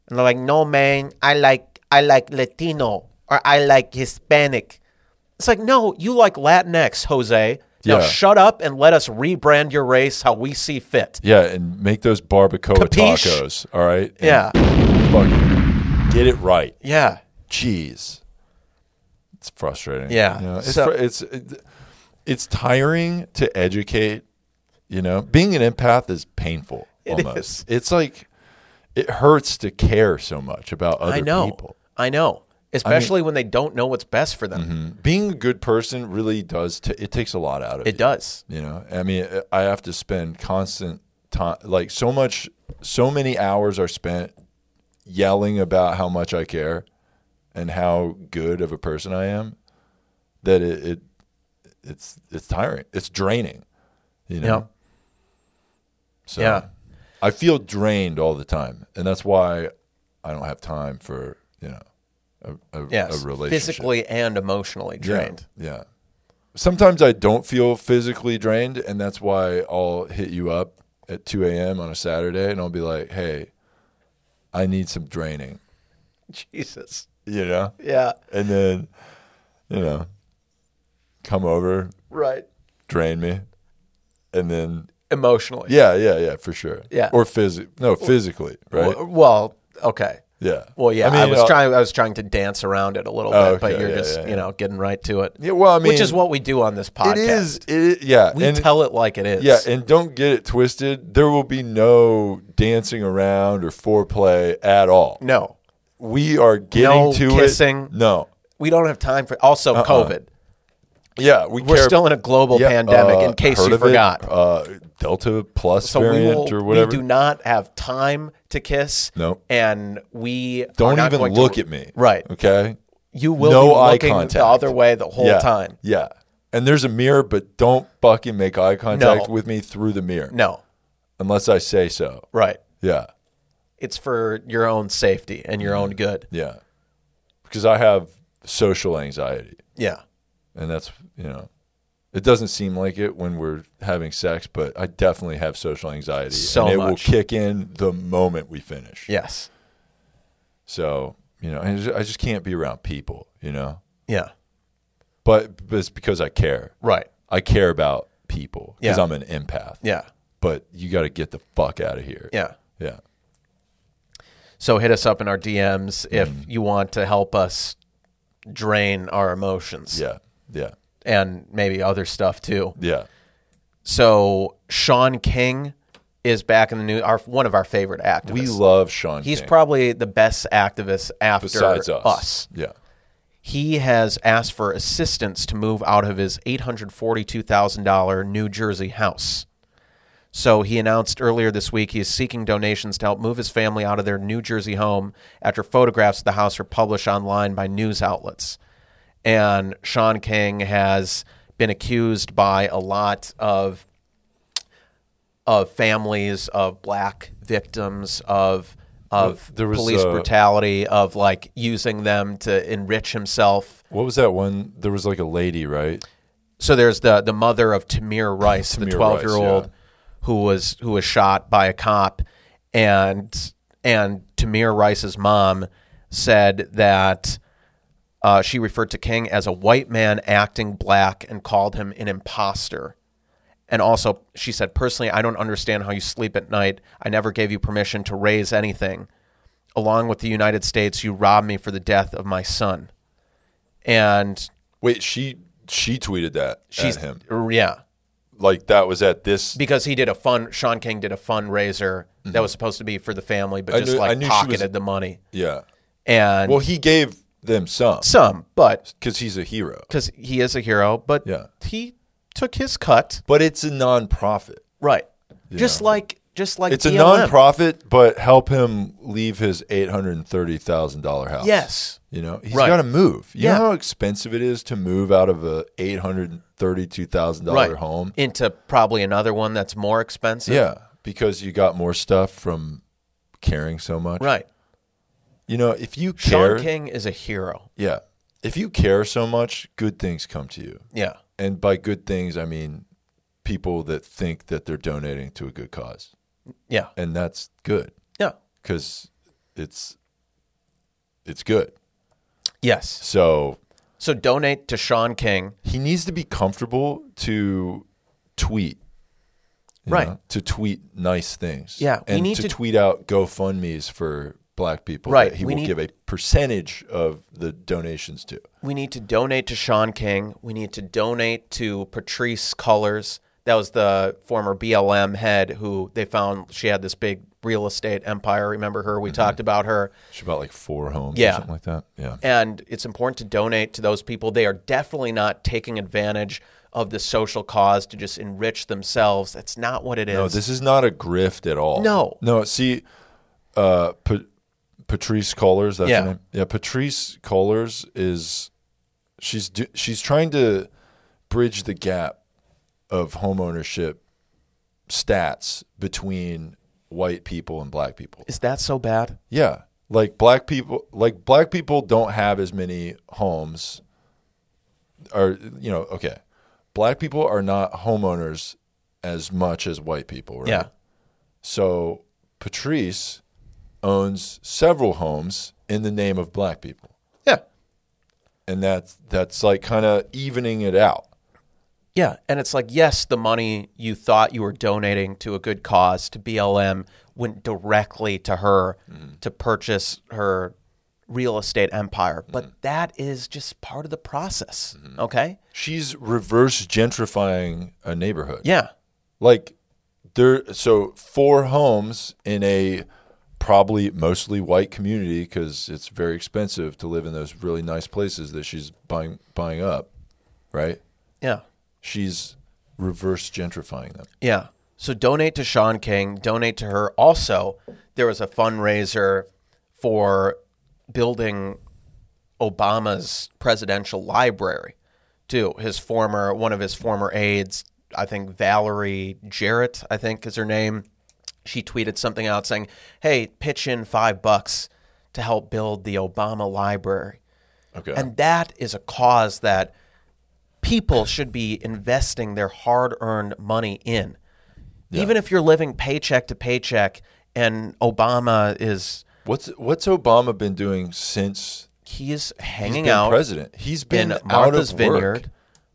Speaker 2: they're like, "No, man, I like I like Latino or I like Hispanic." It's like, "No, you like Latinx, Jose. Now
Speaker 1: Yeah.
Speaker 2: shut up and let us rebrand your race how we see fit."
Speaker 1: yeah and make those barbacoa
Speaker 2: Capiche?
Speaker 1: tacos all right And
Speaker 2: Yeah.
Speaker 1: fucking get it right
Speaker 2: Yeah.
Speaker 1: Jeez, it's frustrating.
Speaker 2: Yeah.
Speaker 1: You know, it's,
Speaker 2: So-
Speaker 1: fr- it's it's tiring to educate. You know, being an empath is painful.
Speaker 2: It
Speaker 1: almost.
Speaker 2: is.
Speaker 1: It's like it hurts to care so much about other
Speaker 2: I know.
Speaker 1: people.
Speaker 2: I know. Especially when they don't know what's best for them.
Speaker 1: Being a good person really does. T- it takes a lot out of
Speaker 2: It
Speaker 1: you.
Speaker 2: does.
Speaker 1: You know, I mean, uh, I have to spend constant time, like so much, so many hours are spent yelling about how much I care and how good of a person I am that it, it it's it's tiring. It's draining. You know.
Speaker 2: Yeah.
Speaker 1: So
Speaker 2: Yeah.
Speaker 1: I feel drained all the time, and that's why I don't have time for you know a, a,
Speaker 2: Yes.
Speaker 1: a relationship.
Speaker 2: Physically and emotionally
Speaker 1: Yeah,
Speaker 2: drained.
Speaker 1: Yeah. Sometimes I don't feel physically drained, and that's why I'll hit you up at 2 a.m. on a Saturday, and I'll be like, "Hey, I need some draining,"
Speaker 2: Jesus.
Speaker 1: you know,
Speaker 2: Yeah.
Speaker 1: and then you know, come over,
Speaker 2: Right.
Speaker 1: drain me, and then
Speaker 2: Emotionally.
Speaker 1: yeah, yeah, yeah, for sure,
Speaker 2: Yeah.
Speaker 1: or physic, no, physically, right?
Speaker 2: W- Well, okay.
Speaker 1: yeah.
Speaker 2: Well, yeah, I,
Speaker 1: mean,
Speaker 2: was
Speaker 1: I'll-
Speaker 2: trying. I was trying to dance around it a little
Speaker 1: Oh,
Speaker 2: bit, but
Speaker 1: okay,
Speaker 2: you're
Speaker 1: yeah,
Speaker 2: just,
Speaker 1: yeah, yeah.
Speaker 2: you know, getting right to it.
Speaker 1: Yeah, well, I mean,
Speaker 2: which is what we do on this podcast.
Speaker 1: it is. It is yeah,
Speaker 2: We
Speaker 1: and-
Speaker 2: tell it like it is.
Speaker 1: Yeah, and don't get it twisted. There will be no dancing around or foreplay at all.
Speaker 2: no,
Speaker 1: We are getting
Speaker 2: No
Speaker 1: to
Speaker 2: kissing.
Speaker 1: it. No.
Speaker 2: we don't have time for. Also, COVID.
Speaker 1: Yeah, we Uh-uh.
Speaker 2: We're
Speaker 1: care-
Speaker 2: still in a global
Speaker 1: yeah,
Speaker 2: pandemic.
Speaker 1: uh,
Speaker 2: in case
Speaker 1: heard
Speaker 2: you
Speaker 1: of it?
Speaker 2: forgot,
Speaker 1: Uh, Delta plus
Speaker 2: so we
Speaker 1: variant
Speaker 2: will.
Speaker 1: or whatever.
Speaker 2: We do not have time to kiss.
Speaker 1: Nope.
Speaker 2: and we are
Speaker 1: not
Speaker 2: not
Speaker 1: even
Speaker 2: going
Speaker 1: look
Speaker 2: to,
Speaker 1: at me.
Speaker 2: Right.
Speaker 1: Okay.
Speaker 2: You will
Speaker 1: No
Speaker 2: be
Speaker 1: eye
Speaker 2: looking the
Speaker 1: contact.
Speaker 2: other way the whole
Speaker 1: yeah.
Speaker 2: time.
Speaker 1: Yeah. And there's a mirror, but don't fucking make eye contact
Speaker 2: No.
Speaker 1: with me through the mirror
Speaker 2: No,
Speaker 1: unless I say so.
Speaker 2: right.
Speaker 1: Yeah.
Speaker 2: It's for your own safety and your own good.
Speaker 1: Yeah. Because I have social anxiety.
Speaker 2: Yeah.
Speaker 1: and that's you know it doesn't seem like it when we're having sex but i definitely have social anxiety
Speaker 2: So
Speaker 1: and it will
Speaker 2: much.
Speaker 1: kick in the moment we finish
Speaker 2: Yes.
Speaker 1: so you know and I just- i just can't be around people you know
Speaker 2: Yeah.
Speaker 1: but, but it's because i care
Speaker 2: Right.
Speaker 1: i care about people because
Speaker 2: Yeah.
Speaker 1: i'm an empath
Speaker 2: Yeah.
Speaker 1: but you got to get the fuck out of here
Speaker 2: Yeah.
Speaker 1: yeah
Speaker 2: So hit us up in our DMs if
Speaker 1: Mm.
Speaker 2: you want to help us drain our emotions
Speaker 1: yeah yeah
Speaker 2: and maybe other stuff too.
Speaker 1: yeah
Speaker 2: So Sean King is back in the news. Our one of our favorite activists.
Speaker 1: we love sean
Speaker 2: He's
Speaker 1: King,
Speaker 2: probably the best activist after
Speaker 1: besides us.
Speaker 2: us.
Speaker 1: yeah
Speaker 2: He has asked for assistance to move out of his $842,000 New Jersey house. So he announced earlier this week he is seeking donations to help move his family out of their New Jersey home after photographs of the house were published online by news outlets. And Sean King has been accused by a lot of of families of black victims of of
Speaker 1: There was,
Speaker 2: police
Speaker 1: uh,
Speaker 2: brutality of like using them to enrich himself.
Speaker 1: what was that one there was like a lady right
Speaker 2: So there's the the mother of Tamir Rice, the
Speaker 1: Tamir Rice,
Speaker 2: 12 year old
Speaker 1: yeah.
Speaker 2: who was who was shot by a cop, and and Tamir Rice's mom said that uh, she referred to King as a white man acting black and called him an imposter. And also, she said, personally, I don't understand how you sleep at night. I never gave you permission to raise anything. Along with the United States, you robbed me for the death of my son. And
Speaker 1: wait she she tweeted that
Speaker 2: she's
Speaker 1: at him
Speaker 2: yeah,
Speaker 1: like that was at this
Speaker 2: because he did a fun. Sean King did a fundraiser that was supposed to be for the family, but
Speaker 1: Mm-hmm. I
Speaker 2: just
Speaker 1: knew- I
Speaker 2: like
Speaker 1: knew she
Speaker 2: pocketed
Speaker 1: was-
Speaker 2: the money.
Speaker 1: yeah
Speaker 2: And
Speaker 1: Well, he gave them some
Speaker 2: some, but
Speaker 1: because he's a hero,
Speaker 2: because he is a hero, but
Speaker 1: Yeah.
Speaker 2: he took his cut
Speaker 1: but it's a nonprofit.
Speaker 2: right, just like just like
Speaker 1: It's a
Speaker 2: BLM.
Speaker 1: nonprofit, but help him leave his eight hundred and thirty thousand dollar house.
Speaker 2: Yes,
Speaker 1: you know he's
Speaker 2: Right.
Speaker 1: got to move. You
Speaker 2: Yeah.
Speaker 1: know how expensive it is to move out of a eight hundred and thirty-two thousand thousand dollar
Speaker 2: right
Speaker 1: home.
Speaker 2: into probably another one that's more expensive.
Speaker 1: Yeah, because you got more stuff from caring so much.
Speaker 2: right.
Speaker 1: You know, if you
Speaker 2: Sean
Speaker 1: care,
Speaker 2: King is a hero.
Speaker 1: yeah, if you care so much, good things come to you.
Speaker 2: Yeah,
Speaker 1: And by good things, I mean people that think that they're donating to a good cause,
Speaker 2: yeah,
Speaker 1: and that's good.
Speaker 2: yeah.
Speaker 1: because it's it's good.
Speaker 2: Yes.
Speaker 1: So
Speaker 2: So donate to Sean King.
Speaker 1: he needs to be comfortable to tweet, you
Speaker 2: Right.
Speaker 1: know, to tweet nice things.
Speaker 2: Yeah, we
Speaker 1: and
Speaker 2: need
Speaker 1: to,
Speaker 2: to-
Speaker 1: tweet out GoFundmes for Black people.
Speaker 2: Right,
Speaker 1: that he
Speaker 2: we
Speaker 1: will
Speaker 2: need-
Speaker 1: give a percentage of the donations to.
Speaker 2: We need to donate to Sean King. We need to donate to Patrice Cullors. That was the former BLM head who they found she had this big real estate empire. Remember her? We talked about her.
Speaker 1: She bought like four homes
Speaker 2: Yeah.
Speaker 1: or something like that. Yeah,
Speaker 2: And it's important to donate to those people. They are definitely not taking advantage of the social cause to just enrich themselves. That's not what it is.
Speaker 1: No, this is not a grift at all.
Speaker 2: No.
Speaker 1: no. See, uh, Pa- Patrice Cullors. That's
Speaker 2: Yeah.
Speaker 1: her name. Yeah, Patrice Cullors is she's do, she's trying to bridge the gap of homeownership stats between white people and black people.
Speaker 2: Is that so bad?
Speaker 1: Yeah. Like black people like black people don't have as many homes or you know, okay. Black people are not homeowners as much as white people, right?
Speaker 2: Yeah.
Speaker 1: So Patrice owns several homes in the name of black people.
Speaker 2: Yeah.
Speaker 1: And that's that's like kind of evening it out.
Speaker 2: Yeah. And it's like, yes, the money you thought you were donating to a good cause to BLM went directly to her to purchase her real estate empire. But that is just part of the process. Okay.
Speaker 1: She's reverse gentrifying a neighborhood.
Speaker 2: Yeah.
Speaker 1: Like there so four homes in a probably mostly white community cuz it's very expensive to live in those really nice places that she's buying buying up, right?
Speaker 2: Yeah.
Speaker 1: She's reverse gentrifying them.
Speaker 2: Yeah. So donate to Sean King, donate to her. Also, there was a fundraiser for building Obama's presidential library, too. His former, one of his former aides, I think Valerie Jarrett, I think is her name. She tweeted something out saying, Hey, pitch in five bucks to help build the Obama library.
Speaker 1: Okay.
Speaker 2: And that is a cause that people should be investing their hard earned money in. Even if you're living paycheck to paycheck and Obama is,
Speaker 1: what's what's Obama been doing since
Speaker 2: he is
Speaker 1: he's
Speaker 2: hanging
Speaker 1: been
Speaker 2: out
Speaker 1: president? He's been
Speaker 2: in
Speaker 1: out
Speaker 2: Martha's
Speaker 1: of work.
Speaker 2: Vineyard,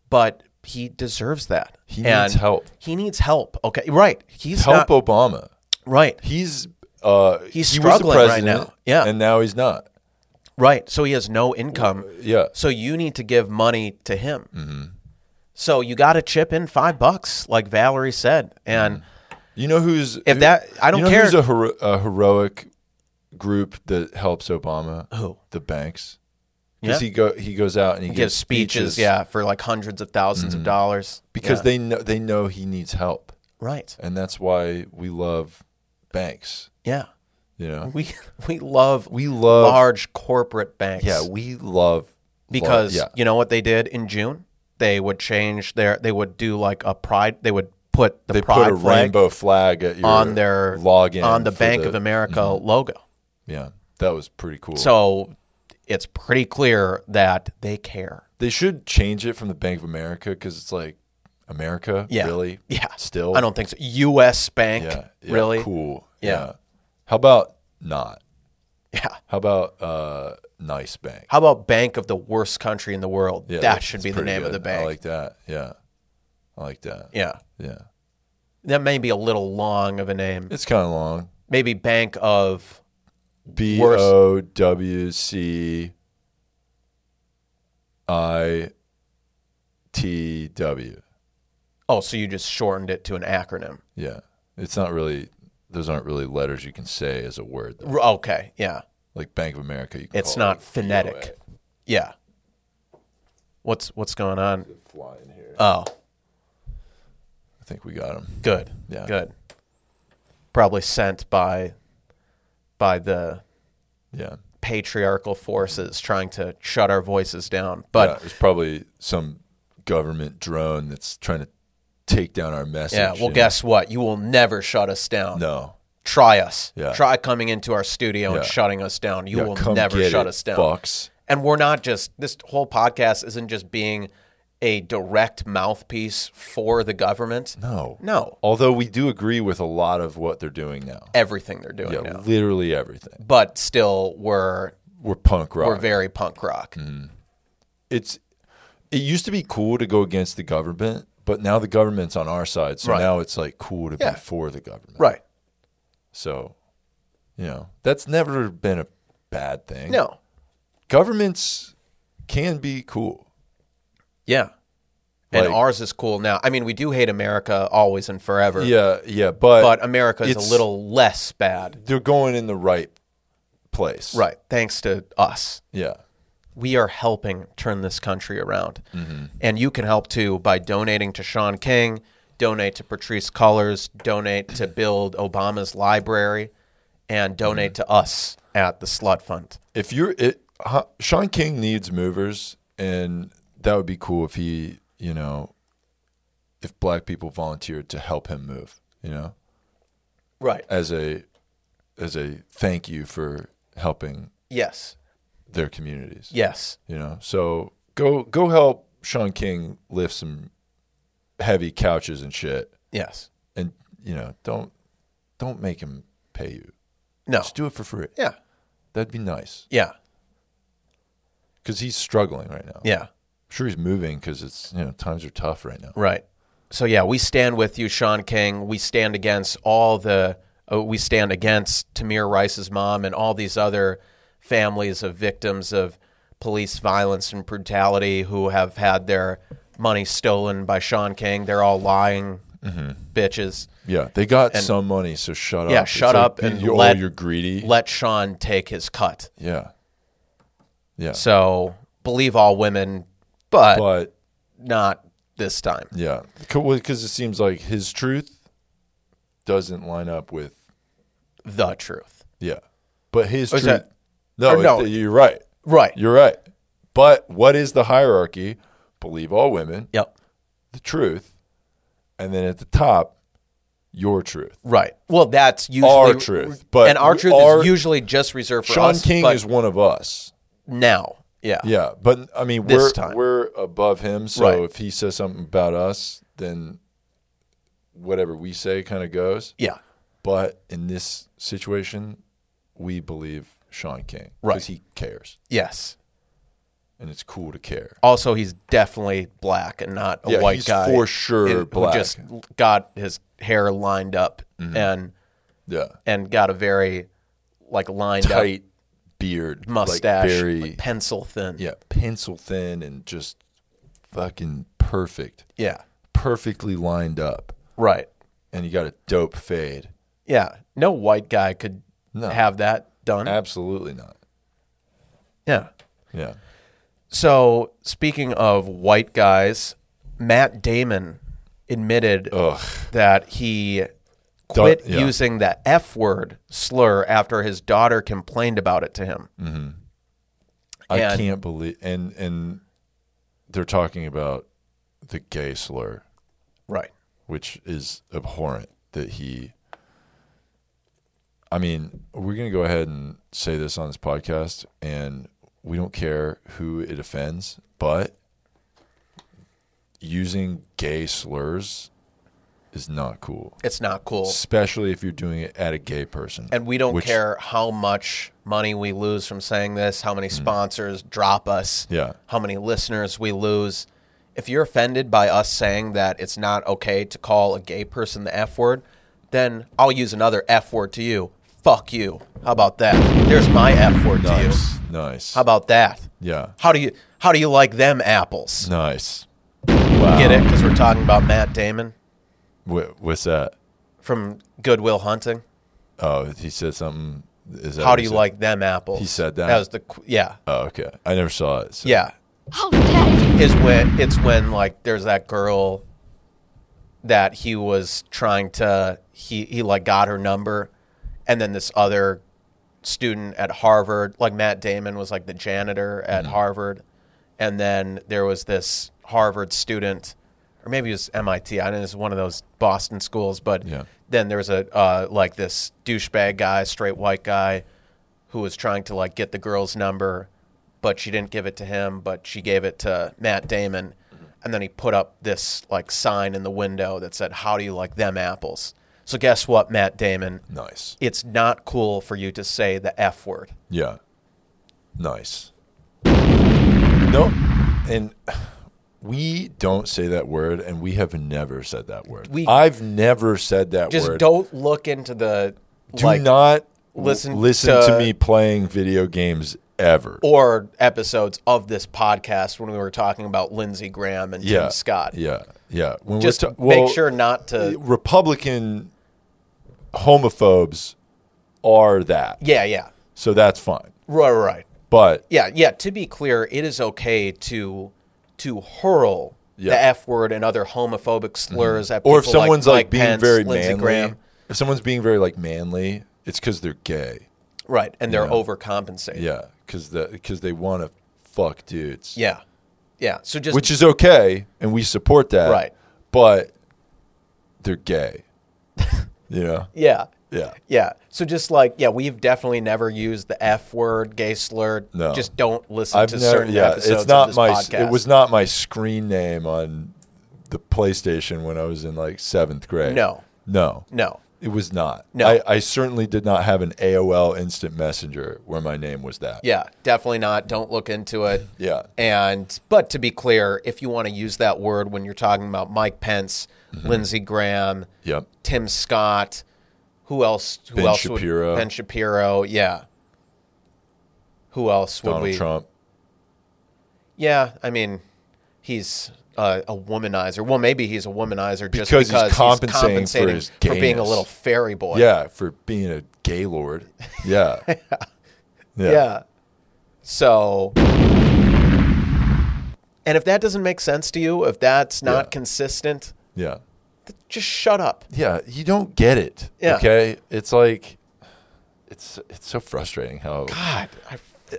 Speaker 2: but he deserves that.
Speaker 1: He needs help.
Speaker 2: He needs help. Okay. Right. He's
Speaker 1: Help
Speaker 2: not,
Speaker 1: Obama.
Speaker 2: right.
Speaker 1: He's uh
Speaker 2: He's
Speaker 1: he was the
Speaker 2: struggling right
Speaker 1: president,
Speaker 2: now. Yeah.
Speaker 1: And now he's not.
Speaker 2: Right. So he has no income.
Speaker 1: Yeah.
Speaker 2: So you need to give money to him.
Speaker 1: Mm-hmm.
Speaker 2: So you got to chip in five bucks, like Valerie said. And
Speaker 1: Mm-hmm. You know who's
Speaker 2: If that- I don't
Speaker 1: you know
Speaker 2: care.
Speaker 1: Who's a, hero, a heroic group that helps Obama?
Speaker 2: Who?
Speaker 1: The banks.
Speaker 2: Yeah.
Speaker 1: Because he go he goes out and he
Speaker 2: gives speeches, yeah, for like hundreds of 1000s of dollars.
Speaker 1: Mm. Because
Speaker 2: Yeah.
Speaker 1: they know they know he needs help,
Speaker 2: right,
Speaker 1: and that's why we love banks.
Speaker 2: yeah,
Speaker 1: You know,
Speaker 2: we we love
Speaker 1: we love
Speaker 2: Mm-hmm. large corporate banks,
Speaker 1: yeah we love
Speaker 2: because
Speaker 1: lar- yeah
Speaker 2: you know what they did in June? They would change their, they would do like a pride, they would put the
Speaker 1: they
Speaker 2: pride
Speaker 1: put a
Speaker 2: flag
Speaker 1: rainbow flag at your
Speaker 2: on their
Speaker 1: login
Speaker 2: on the
Speaker 1: for Mm-hmm.
Speaker 2: Bank of America logo.
Speaker 1: yeah that was pretty cool.
Speaker 2: So it's pretty clear that they care.
Speaker 1: they should change it from the Bank of America because it's like America
Speaker 2: Yeah.
Speaker 1: really
Speaker 2: Yeah.
Speaker 1: still
Speaker 2: I don't think so. U.S. Bank,
Speaker 1: Yeah, yeah,
Speaker 2: really?
Speaker 1: cool.
Speaker 2: Yeah.
Speaker 1: Yeah. How about not?
Speaker 2: Yeah.
Speaker 1: How about uh, nice bank?
Speaker 2: How about Bank of the worst country in the world?
Speaker 1: Yeah,
Speaker 2: that
Speaker 1: that's-
Speaker 2: should
Speaker 1: that's
Speaker 2: be the
Speaker 1: pretty
Speaker 2: name of the
Speaker 1: good.
Speaker 2: bank.
Speaker 1: I like that. Yeah, I like that. Yeah,
Speaker 2: yeah. That may be a little long of a name.
Speaker 1: it's kind of long.
Speaker 2: Maybe Bank of
Speaker 1: B O W C I T W.
Speaker 2: Oh, so you just shortened it to an acronym.
Speaker 1: Yeah, it's not really. Those aren't really letters you can say as a word. though.
Speaker 2: R- Okay, yeah.
Speaker 1: Like Bank of America, you can
Speaker 2: It's
Speaker 1: call it,
Speaker 2: not
Speaker 1: Oh, like,
Speaker 2: phonetic. Yeah. What's what's going on?
Speaker 1: BOA. Fly in here.
Speaker 2: Oh,
Speaker 1: I think we got him.
Speaker 2: good.
Speaker 1: Yeah.
Speaker 2: Good. Probably sent by by the
Speaker 1: Yeah.
Speaker 2: patriarchal forces trying to shut our voices down. But
Speaker 1: yeah, it's probably some government drone that's trying to take down our message.
Speaker 2: yeah, well
Speaker 1: you
Speaker 2: guess what? You will never shut us down.
Speaker 1: know? no.
Speaker 2: Try us.
Speaker 1: Yeah.
Speaker 2: Try coming into our studio
Speaker 1: Yeah.
Speaker 2: and shutting us down. You
Speaker 1: Yeah,
Speaker 2: will
Speaker 1: come
Speaker 2: never
Speaker 1: get
Speaker 2: shut
Speaker 1: it,
Speaker 2: us down.
Speaker 1: Fucks.
Speaker 2: and we're not just this whole podcast isn't just being a direct mouthpiece for the government.
Speaker 1: No.
Speaker 2: No,
Speaker 1: Although we do agree with a lot of what they're doing now.
Speaker 2: everything they're doing
Speaker 1: Yeah,
Speaker 2: now.
Speaker 1: literally everything.
Speaker 2: But still we're
Speaker 1: We're punk rock.
Speaker 2: we're very punk rock.
Speaker 1: Mm-hmm. it's it used to be cool to go against the government, but now the government's on our side. So
Speaker 2: Right.
Speaker 1: now it's like cool to
Speaker 2: Yeah.
Speaker 1: be for the government.
Speaker 2: Right.
Speaker 1: So, you know, that's never been a bad thing.
Speaker 2: No.
Speaker 1: Governments can be cool.
Speaker 2: Yeah. And
Speaker 1: Like-
Speaker 2: ours is cool now. I mean, we do hate America always and forever.
Speaker 1: Yeah, yeah,
Speaker 2: But America is a
Speaker 1: It's-
Speaker 2: little less bad.
Speaker 1: they're going in the right place.
Speaker 2: Right. Thanks to us.
Speaker 1: Yeah.
Speaker 2: we are helping turn this country around. And you can help too by donating to Sean King, donate to Patrice Cullors, donate to build Obama's library, and donate to us. at the slut fund.
Speaker 1: if you're it, huh, Sean King needs movers, and that would be cool if he, you know, if black people volunteered to help him move, you know,
Speaker 2: Right.
Speaker 1: as a as a thank you for helping
Speaker 2: Yes.
Speaker 1: their communities.
Speaker 2: Yes.
Speaker 1: You know, so go go help Sean King lift some heavy couches and shit,
Speaker 2: Yes.
Speaker 1: and you know, don't don't make him pay you.
Speaker 2: No.
Speaker 1: Just do it for free.
Speaker 2: Yeah.
Speaker 1: That'd be nice
Speaker 2: Yeah.
Speaker 1: because he's struggling right now.
Speaker 2: Yeah.
Speaker 1: sure he's moving because it's you know times are tough right now.
Speaker 2: Right. So yeah, we stand with you, Sean King. We stand against all the. Uh, we stand against Tamir Rice's mom and all these other families of victims of police violence and brutality who have had their money stolen by Sean King. They're all lying
Speaker 1: Mm-hmm.
Speaker 2: bitches.
Speaker 1: Yeah, they got some money, so shut up.
Speaker 2: Yeah,
Speaker 1: It's
Speaker 2: shut
Speaker 1: like,
Speaker 2: up and
Speaker 1: you, oh,
Speaker 2: let-
Speaker 1: you're greedy.
Speaker 2: Let Sean take his cut.
Speaker 1: yeah, yeah.
Speaker 2: So believe all women, but,
Speaker 1: but
Speaker 2: not this time.
Speaker 1: yeah, because it seems like his truth doesn't line up with
Speaker 2: The truth.
Speaker 1: yeah. But his
Speaker 2: is
Speaker 1: truth.
Speaker 2: that-
Speaker 1: no,
Speaker 2: or no.
Speaker 1: it- you're right.
Speaker 2: Right.
Speaker 1: You're right. But what is the hierarchy? Believe all women,
Speaker 2: yep.
Speaker 1: the truth, and then at the top, your truth.
Speaker 2: Right. Well, that's usually
Speaker 1: Our truth, but
Speaker 2: and our
Speaker 1: we-
Speaker 2: truth
Speaker 1: our-
Speaker 2: is usually just reserved for
Speaker 1: Sean
Speaker 2: us.
Speaker 1: King
Speaker 2: but
Speaker 1: is one of us.
Speaker 2: now. Yeah.
Speaker 1: Yeah, but I mean,
Speaker 2: This
Speaker 1: we're
Speaker 2: time.
Speaker 1: we're above him. So
Speaker 2: Right.
Speaker 1: if he says something about us, then whatever we say kind of goes.
Speaker 2: Yeah.
Speaker 1: But in this situation, we believe Sean King
Speaker 2: Right.
Speaker 1: because he cares,
Speaker 2: Yes.
Speaker 1: and it's cool to care.
Speaker 2: Also, he's definitely black and not a
Speaker 1: Yeah,
Speaker 2: white
Speaker 1: he's
Speaker 2: guy.
Speaker 1: for sure
Speaker 2: who
Speaker 1: black. Mm-hmm.
Speaker 2: just got his hair lined up and
Speaker 1: Yeah,
Speaker 2: and got a very like lined
Speaker 1: tight beard,
Speaker 2: up
Speaker 1: like
Speaker 2: mustache,
Speaker 1: very
Speaker 2: like, pencil thin.
Speaker 1: yeah, pencil thin, and just fucking perfect,
Speaker 2: Yeah.
Speaker 1: perfectly lined up,
Speaker 2: Right.
Speaker 1: and you got a dope fade.
Speaker 2: Yeah. No white guy could
Speaker 1: No.
Speaker 2: have that done.
Speaker 1: Absolutely not.
Speaker 2: yeah.
Speaker 1: Yeah.
Speaker 2: So, speaking of white guys, Matt Damon admitted
Speaker 1: Ugh.
Speaker 2: that he
Speaker 1: Don't-
Speaker 2: quit
Speaker 1: Oh. yeah.
Speaker 2: using the F word slur after his daughter complained about it to him.
Speaker 1: I
Speaker 2: And-
Speaker 1: can't believe and and they're talking about the gay slur,
Speaker 2: Right.
Speaker 1: which is abhorrent that he I mean, we're going to go ahead and say this on this podcast and we don't care who it offends, but using gay slurs is not cool,
Speaker 2: It's not cool.
Speaker 1: especially if you're doing it at a gay person.
Speaker 2: And we don't
Speaker 1: Which-
Speaker 2: care how much money we lose from saying this, how many sponsors drop us,
Speaker 1: Hmm. Yeah.
Speaker 2: how many listeners we lose. If you're offended by us saying that it's not okay to call a gay person the F word, then I'll use another F word to you. Fuck you. How about that? There's my F word to you.
Speaker 1: nice. Nice.
Speaker 2: How about that?
Speaker 1: yeah.
Speaker 2: How do you how do you like them apples?
Speaker 1: Nice. Wow.
Speaker 2: Get it? Because we're talking about Matt Damon
Speaker 1: Wh- what's that?
Speaker 2: from Goodwill Hunting.
Speaker 1: Oh, he said something. Is that
Speaker 2: How
Speaker 1: what
Speaker 2: do
Speaker 1: he
Speaker 2: you
Speaker 1: said?
Speaker 2: like them apples?
Speaker 1: He said that?
Speaker 2: That was the qu- yeah
Speaker 1: Oh, okay. I never saw it. so-
Speaker 2: yeah.
Speaker 3: How dare you!
Speaker 2: Is when it's when like there's that girl that he was trying to he he like got her number, and then this other student at Harvard like Matt Damon was like the janitor at Harvard, and then there was this Harvard student. Or maybe it was MIT. I know it's one of those Boston schools, but
Speaker 1: Yeah.
Speaker 2: then there was a uh, like this douchebag guy, straight white guy, who was trying to like get the girl's number, but she didn't give it to him, but she gave it to Matt Damon,
Speaker 1: Mm-hmm.
Speaker 2: and then he put up this like sign in the window that said, "How do you like them apples?" So guess what, Matt Damon?
Speaker 1: Nice.
Speaker 2: It's not cool for you to say the f word.
Speaker 1: Yeah. Nice. No, and we don't say that word, and we have never said that word.
Speaker 2: We-
Speaker 1: I've never said that
Speaker 2: Just
Speaker 1: word.
Speaker 2: don't look into the
Speaker 1: Do
Speaker 2: like
Speaker 1: not w-
Speaker 2: listen
Speaker 1: listen to,
Speaker 2: to-
Speaker 1: me playing video games ever.
Speaker 2: or episodes of this podcast when we were talking about Lindsey Graham and
Speaker 1: yeah,
Speaker 2: Tim Scott.
Speaker 1: Yeah, yeah. When we're
Speaker 2: Just
Speaker 1: ta- well,
Speaker 2: make sure not to.
Speaker 1: Republican homophobes are that.
Speaker 2: Yeah, yeah,
Speaker 1: So that's fine.
Speaker 2: right, right.
Speaker 1: But
Speaker 2: Yeah, yeah. To be clear, it is okay to to hurl
Speaker 1: Yeah. Mm-hmm.
Speaker 2: the f word and other homophobic slurs at people
Speaker 1: or if someone's like,
Speaker 2: Mike
Speaker 1: being
Speaker 2: Pence,
Speaker 1: very
Speaker 2: Lindsey
Speaker 1: manly,
Speaker 2: Graham.
Speaker 1: if someone's being very like manly, it's because they're gay.
Speaker 2: Right. And they're overcompensating.
Speaker 1: Yeah, because the because they want to fuck dudes.
Speaker 2: Yeah. Yeah. So just
Speaker 1: which is okay, and we support that.
Speaker 2: Right.
Speaker 1: but they're gay. yeah,
Speaker 2: yeah.
Speaker 1: yeah,
Speaker 2: Yeah. So just like yeah, we've definitely never used the F word, gay slur.
Speaker 1: No.
Speaker 2: Just don't listen
Speaker 1: I've
Speaker 2: to
Speaker 1: never.
Speaker 2: certain
Speaker 1: Yeah,
Speaker 2: episodes
Speaker 1: it's not
Speaker 2: of this
Speaker 1: my.
Speaker 2: podcast.
Speaker 1: It was not my screen name on the PlayStation when I was in like seventh grade.
Speaker 2: No.
Speaker 1: no,
Speaker 2: no.
Speaker 1: It was not.
Speaker 2: No.
Speaker 1: I, I certainly did not have an AOL Instant Messenger where my name was that.
Speaker 2: Yeah, definitely not. Don't look into it.
Speaker 1: Yeah.
Speaker 2: And but to be clear, if you want to use that word when you're talking about Mike Pence,
Speaker 1: Mm-hmm.
Speaker 2: Lindsey Graham,
Speaker 1: Yep.
Speaker 2: Tim Scott, who else? Who
Speaker 1: Ben
Speaker 2: else?
Speaker 1: Shapiro.
Speaker 2: Would, ben Shapiro. Yeah. Who else would
Speaker 1: Donald
Speaker 2: we?
Speaker 1: Trump.
Speaker 2: Yeah, I mean, he's uh, a womanizer. Well, maybe he's a womanizer just
Speaker 1: Because he's
Speaker 2: because,
Speaker 1: compensating for his
Speaker 2: being a
Speaker 1: gayness.
Speaker 2: little fairy boy.
Speaker 1: Yeah, for being a gay lord. Yeah. yeah.
Speaker 2: Yeah. So, and if that doesn't make sense to you, if that's not
Speaker 1: Yeah.
Speaker 2: consistent,
Speaker 1: Yeah.
Speaker 2: th- just shut up.
Speaker 1: Yeah, you don't get it.
Speaker 2: Yeah.
Speaker 1: Okay? It's like it's it's so frustrating how
Speaker 2: God,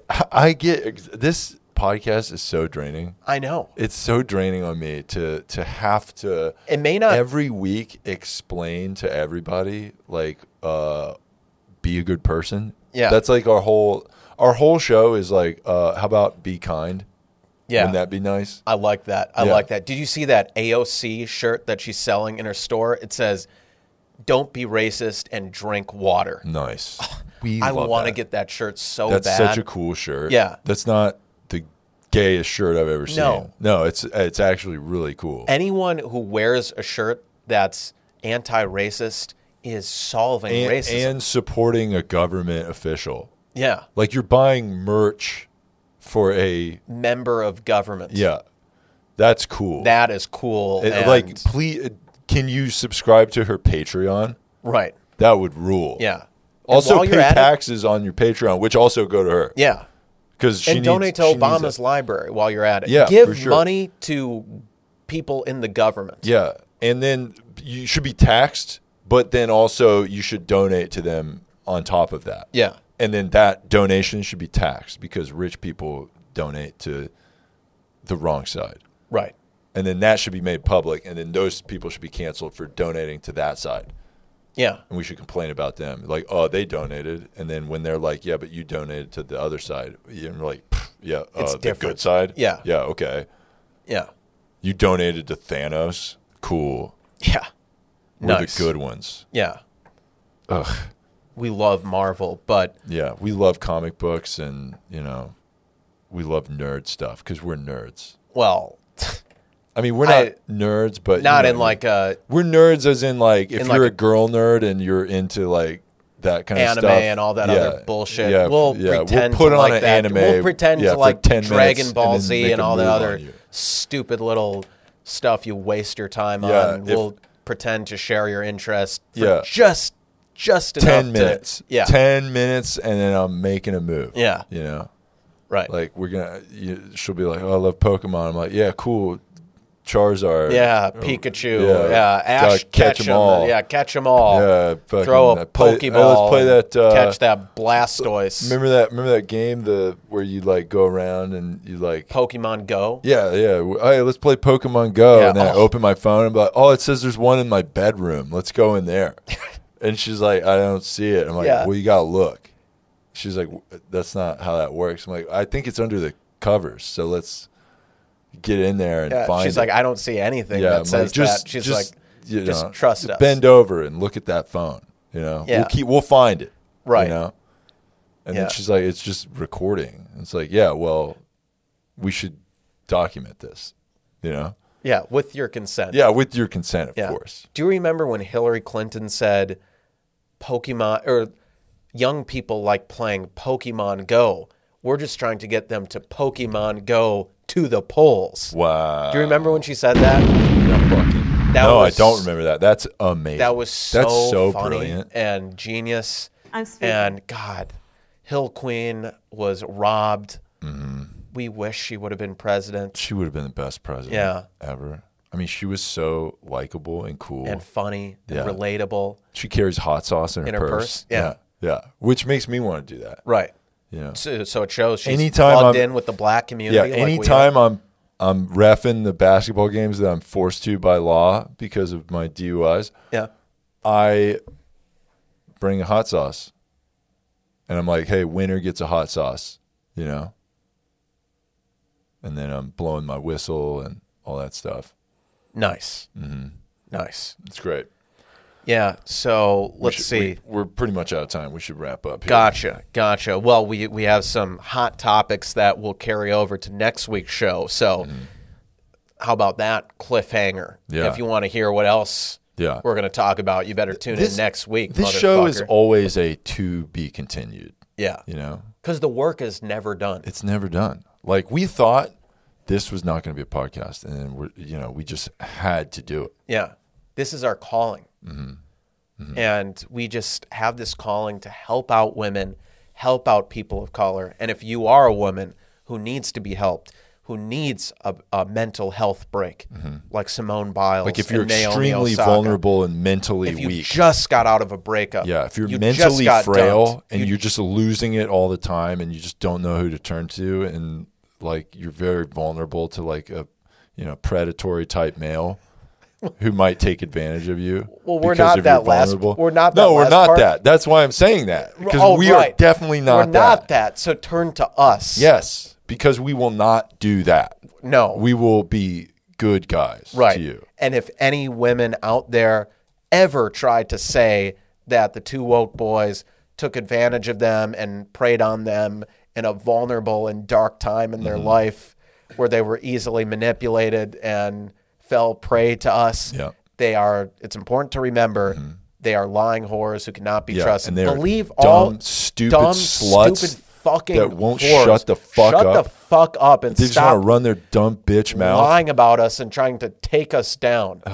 Speaker 2: I,
Speaker 1: I get ex- this podcast is so draining.
Speaker 2: I know.
Speaker 1: It's so draining on me to to have to
Speaker 2: It may not.
Speaker 1: every week explain to everybody like uh be a good person.
Speaker 2: Yeah.
Speaker 1: That's like our whole our whole show is like uh how about be kind?
Speaker 2: yeah.
Speaker 1: Wouldn't that be nice?
Speaker 2: I like that. I
Speaker 1: Yeah.
Speaker 2: like that. Did you see that AOC shirt that she's selling in her store? It says, "Don't be racist and drink water."
Speaker 1: Nice. We
Speaker 2: I
Speaker 1: Mm, love
Speaker 2: want to
Speaker 1: that.
Speaker 2: get that shirt so
Speaker 1: That's
Speaker 2: bad.
Speaker 1: such a cool shirt.
Speaker 2: Yeah.
Speaker 1: That's not the gayest shirt I've ever seen.
Speaker 2: No.
Speaker 1: No, it's it's actually really cool.
Speaker 2: Anyone who wears a shirt that's anti-racist is solving
Speaker 1: And,
Speaker 2: racism.
Speaker 1: and supporting a government official.
Speaker 2: yeah,
Speaker 1: Like you're buying merch for a
Speaker 2: member of government.
Speaker 1: yeah. That's cool.
Speaker 2: that is cool.
Speaker 1: It-
Speaker 2: and-
Speaker 1: like please can you subscribe to her Patreon?
Speaker 2: right?
Speaker 1: That would rule.
Speaker 2: Yeah. And
Speaker 1: Also
Speaker 2: while
Speaker 1: pay
Speaker 2: you're at it-
Speaker 1: taxes on your Patreon, which also go to her.
Speaker 2: yeah,
Speaker 1: Because she
Speaker 2: and
Speaker 1: needs-
Speaker 2: donate to
Speaker 1: she needs that.
Speaker 2: Obama's library while you're at it.
Speaker 1: Yeah,
Speaker 2: give
Speaker 1: for sure.
Speaker 2: money to people in the government.
Speaker 1: Yeah, and then you should be taxed, but then also you should donate to them on top of that.
Speaker 2: Yeah.
Speaker 1: and then that donation should be taxed because rich people donate to the wrong side,
Speaker 2: Right.
Speaker 1: and then that should be made public, and then those people should be canceled for donating to that side,
Speaker 2: Yeah.
Speaker 1: and we should complain about them, like oh they donated, and then when they're like yeah but you donated to the other side, you're like "Pfft, yeah uh,
Speaker 2: It's
Speaker 1: the
Speaker 2: different.
Speaker 1: good side,
Speaker 2: Yeah.
Speaker 1: yeah okay,
Speaker 2: Yeah.
Speaker 1: you donated to Thanos, cool,
Speaker 2: Yeah.
Speaker 1: we're
Speaker 2: Nice.
Speaker 1: the good ones.
Speaker 2: Yeah.
Speaker 1: Ugh.
Speaker 2: We love Marvel, but
Speaker 1: Yeah, we love comic books and, you know, we love nerd stuff because we're nerds.
Speaker 2: well,
Speaker 1: I mean, we're not
Speaker 2: I-
Speaker 1: nerds, but. you
Speaker 2: not
Speaker 1: know,
Speaker 2: in like a
Speaker 1: We're nerds as in, like, if
Speaker 2: In,
Speaker 1: you're
Speaker 2: like,
Speaker 1: a girl nerd and you're into, like, that kind of
Speaker 2: anime
Speaker 1: stuff.
Speaker 2: and all that
Speaker 1: Yeah,
Speaker 2: other bullshit.
Speaker 1: Yeah,
Speaker 2: we'll
Speaker 1: yeah.
Speaker 2: pretend
Speaker 1: we'll put
Speaker 2: to
Speaker 1: on
Speaker 2: like
Speaker 1: an
Speaker 2: that.
Speaker 1: anime.
Speaker 2: We'll pretend
Speaker 1: yeah,
Speaker 2: to
Speaker 1: for
Speaker 2: like
Speaker 1: 10 minutes
Speaker 2: Dragon Ball
Speaker 1: and then
Speaker 2: Z
Speaker 1: make
Speaker 2: and
Speaker 1: a
Speaker 2: all the
Speaker 1: move
Speaker 2: other
Speaker 1: on you.
Speaker 2: stupid little stuff you waste your time
Speaker 1: Yeah,
Speaker 2: on.
Speaker 1: if-
Speaker 2: We'll pretend to share your interest for
Speaker 1: Yeah.
Speaker 2: just just enough
Speaker 1: 10
Speaker 2: to-
Speaker 1: minutes.
Speaker 2: yeah.
Speaker 1: 10 minutes, and then I'm making a move.
Speaker 2: Yeah.
Speaker 1: You know?
Speaker 2: right.
Speaker 1: Like, we're going to. She'll be like, oh, I love Pokemon. I'm like, yeah, cool. Charizard.
Speaker 2: yeah, Pikachu.
Speaker 1: Oh. yeah.
Speaker 2: Yeah,
Speaker 1: Gotta
Speaker 2: Ash.
Speaker 1: catch 'em all.
Speaker 2: Yeah, catch them all.
Speaker 1: Yeah, fucking,
Speaker 2: Throw a
Speaker 1: uh, play- oh, let's
Speaker 2: pokeball.
Speaker 1: play
Speaker 2: and
Speaker 1: that, uh,
Speaker 2: catch that Blastoise.
Speaker 1: Remember that? Remember that game the where you like go around and you like.
Speaker 2: Pokemon Go.
Speaker 1: yeah, yeah. w- Hey, let's play Pokemon Go.
Speaker 2: Yeah,
Speaker 1: and then I
Speaker 2: oh.
Speaker 1: open my phone and be like, "Oh, it says there's one in my bedroom. Let's go in there." and she's like, "I don't see it." I'm like,
Speaker 2: Yeah.
Speaker 1: "Well, you gotta look." She's like, "W- "That's not how that works." I'm like, "I think it's under the covers, so let's get in there and
Speaker 2: Yeah,
Speaker 1: find."
Speaker 2: she's
Speaker 1: it."
Speaker 2: like, I don't see anything
Speaker 1: I'm
Speaker 2: that
Speaker 1: like,
Speaker 2: says that. She's like,
Speaker 1: you
Speaker 2: just trust us.
Speaker 1: Bend over and look at that phone. You know,
Speaker 2: Yeah.
Speaker 1: we'll keep, we'll find it.
Speaker 2: Right.
Speaker 1: You know, and
Speaker 2: Yeah.
Speaker 1: then she's like, it's just recording. It's like, yeah, well, we should document this. You know,
Speaker 2: yeah, with your consent.
Speaker 1: yeah, with your consent, of
Speaker 2: Yeah.
Speaker 1: course.
Speaker 2: Do you remember when Hillary Clinton said Pokemon or young people like playing Pokemon Go? We're just trying to get them to Pokemon Go to the polls.
Speaker 1: Wow.
Speaker 2: Do you remember when she said that? That
Speaker 1: no,
Speaker 2: was-
Speaker 1: I don't remember that. That's amazing.
Speaker 2: That was so,
Speaker 1: That's so
Speaker 2: funny
Speaker 1: brilliant.
Speaker 2: and genius.
Speaker 3: I'm speaking.
Speaker 2: and God, Hill Queen was robbed.
Speaker 1: Mm-hmm.
Speaker 2: We wish she would have been president
Speaker 1: She would have been the best president
Speaker 2: Yeah.
Speaker 1: ever. I mean, she was so likable and cool.
Speaker 2: and funny and
Speaker 1: Yeah.
Speaker 2: relatable
Speaker 1: she carries hot sauce in her,
Speaker 2: in her purse. Yeah.
Speaker 1: Yeah, which makes me want to do that.
Speaker 2: Right.
Speaker 1: Yeah.
Speaker 2: So, so it shows she's
Speaker 1: Anytime
Speaker 2: plugged
Speaker 1: I'm-
Speaker 2: in with the black community.
Speaker 1: Yeah,
Speaker 2: like we are.
Speaker 1: anytime I'm I'm refing the basketball games that I'm forced to by law because of my DUIs,
Speaker 2: yeah.
Speaker 1: I bring a hot sauce. And I'm like, "Hey, winner gets a hot sauce," you know? And then I'm blowing my whistle and all that stuff.
Speaker 2: Nice. Mm-hmm. Nice.
Speaker 1: It's great.
Speaker 2: Yeah. So
Speaker 1: We
Speaker 2: let's
Speaker 1: should-
Speaker 2: see.
Speaker 1: We, we're pretty much out of time. We should wrap up here.
Speaker 2: Gotcha, gotcha. Well, we we have some hot topics that will carry over to next week's show. So,
Speaker 1: Mm-hmm.
Speaker 2: how about that cliffhanger?
Speaker 1: Yeah.
Speaker 2: If you want to hear what else
Speaker 1: Yeah.
Speaker 2: we're going to talk about, you better tune
Speaker 1: This-
Speaker 2: in next week.
Speaker 1: This show is
Speaker 2: motherfucker.
Speaker 1: always a to be continued,
Speaker 2: yeah,
Speaker 1: you know?
Speaker 2: because the work is never done.
Speaker 1: it's never done. Like we thought this was not going to be a podcast, and then we're you know we just had to do it.
Speaker 2: Yeah, this is our calling,
Speaker 1: Mm-hmm.
Speaker 2: and we just have this calling to help out women, help out people of color, and if you are a woman who needs to be helped. Who needs a, a mental health break, like Simone Biles?
Speaker 1: Mm-hmm. Like if you're
Speaker 2: and Naomi
Speaker 1: extremely
Speaker 2: Osaka.
Speaker 1: vulnerable and mentally
Speaker 2: if you
Speaker 1: weak,
Speaker 2: just got out of a breakup.
Speaker 1: yeah, if you're
Speaker 2: you just
Speaker 1: mentally
Speaker 2: got
Speaker 1: frail
Speaker 2: dumped,
Speaker 1: and
Speaker 2: you-
Speaker 1: you're just losing it all the time, and you just don't know who to turn to, and like you're very vulnerable to like a you know predatory type male. Who might take advantage of you?
Speaker 2: Well, we're
Speaker 1: because
Speaker 2: not
Speaker 1: of your
Speaker 2: that last-
Speaker 1: vulnerable-
Speaker 2: we're not
Speaker 1: No,
Speaker 2: that
Speaker 1: we're
Speaker 2: last
Speaker 1: not
Speaker 2: part.
Speaker 1: that. That's why I'm saying that because
Speaker 2: Oh,
Speaker 1: we are
Speaker 2: right.
Speaker 1: definitely not that.
Speaker 2: We're not that. So turn to us.
Speaker 1: Yes, because we will not do that.
Speaker 2: No.
Speaker 1: We will be good guys
Speaker 2: right.
Speaker 1: to you.
Speaker 2: And if any women out there ever tried to say that the two woke boys took advantage of them and preyed on them in a vulnerable and dark time in
Speaker 1: Mm-hmm.
Speaker 2: their life where they were easily manipulated and fell prey to us,
Speaker 1: Yeah.
Speaker 2: they are it's important to remember they are lying whores who cannot be
Speaker 1: Mm-hmm. Yeah,
Speaker 2: trusted.
Speaker 1: and they are
Speaker 2: Believe
Speaker 1: dumb,
Speaker 2: all
Speaker 1: stupid
Speaker 2: dumb,
Speaker 1: sluts
Speaker 2: stupid fucking
Speaker 1: that won't
Speaker 2: whores.
Speaker 1: shut the fuck
Speaker 2: shut
Speaker 1: up.
Speaker 2: the fuck up and
Speaker 1: They just want
Speaker 2: stop
Speaker 1: to run their dumb bitch mouth. Uh.
Speaker 2: lying about us and trying to take us down.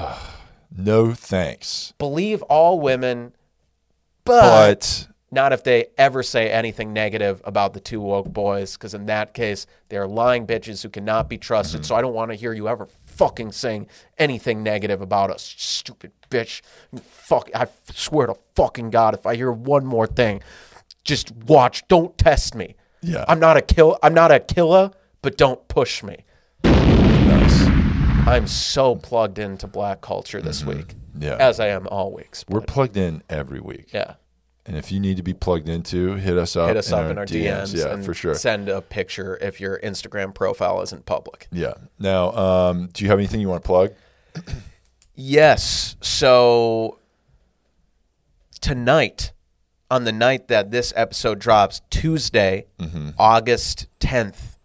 Speaker 1: No thanks.
Speaker 2: Believe all women, but,
Speaker 1: But
Speaker 2: not if they ever say anything negative about the two woke boys, because in that case, they're lying bitches who cannot be trusted.
Speaker 1: Mm-hmm.
Speaker 2: So I don't want to hear you ever fucking saying anything negative about us, stupid bitch. You Fuck, I f- swear to fucking God, if I hear one more thing, just watch. Don't test me.
Speaker 1: Yeah.
Speaker 2: I'm not a kill. I'm not a killer, but don't push me.
Speaker 1: Nice.
Speaker 2: I'm so plugged into black culture this
Speaker 1: Mm-hmm.
Speaker 2: week,
Speaker 1: Yeah.
Speaker 2: as I am all weeks.
Speaker 1: we're plugged in every week.
Speaker 2: Yeah.
Speaker 1: And if you need to be plugged into, hit us up.
Speaker 2: Hit us up in our DMs.
Speaker 1: Yeah,
Speaker 2: and
Speaker 1: for sure.
Speaker 2: Send a picture if your Instagram profile isn't public.
Speaker 1: yeah. Now, um, do you have anything you want to plug?
Speaker 2: Yes. So tonight, on the night that this episode drops, Tuesday,
Speaker 1: Mm-hmm.
Speaker 2: August 10th,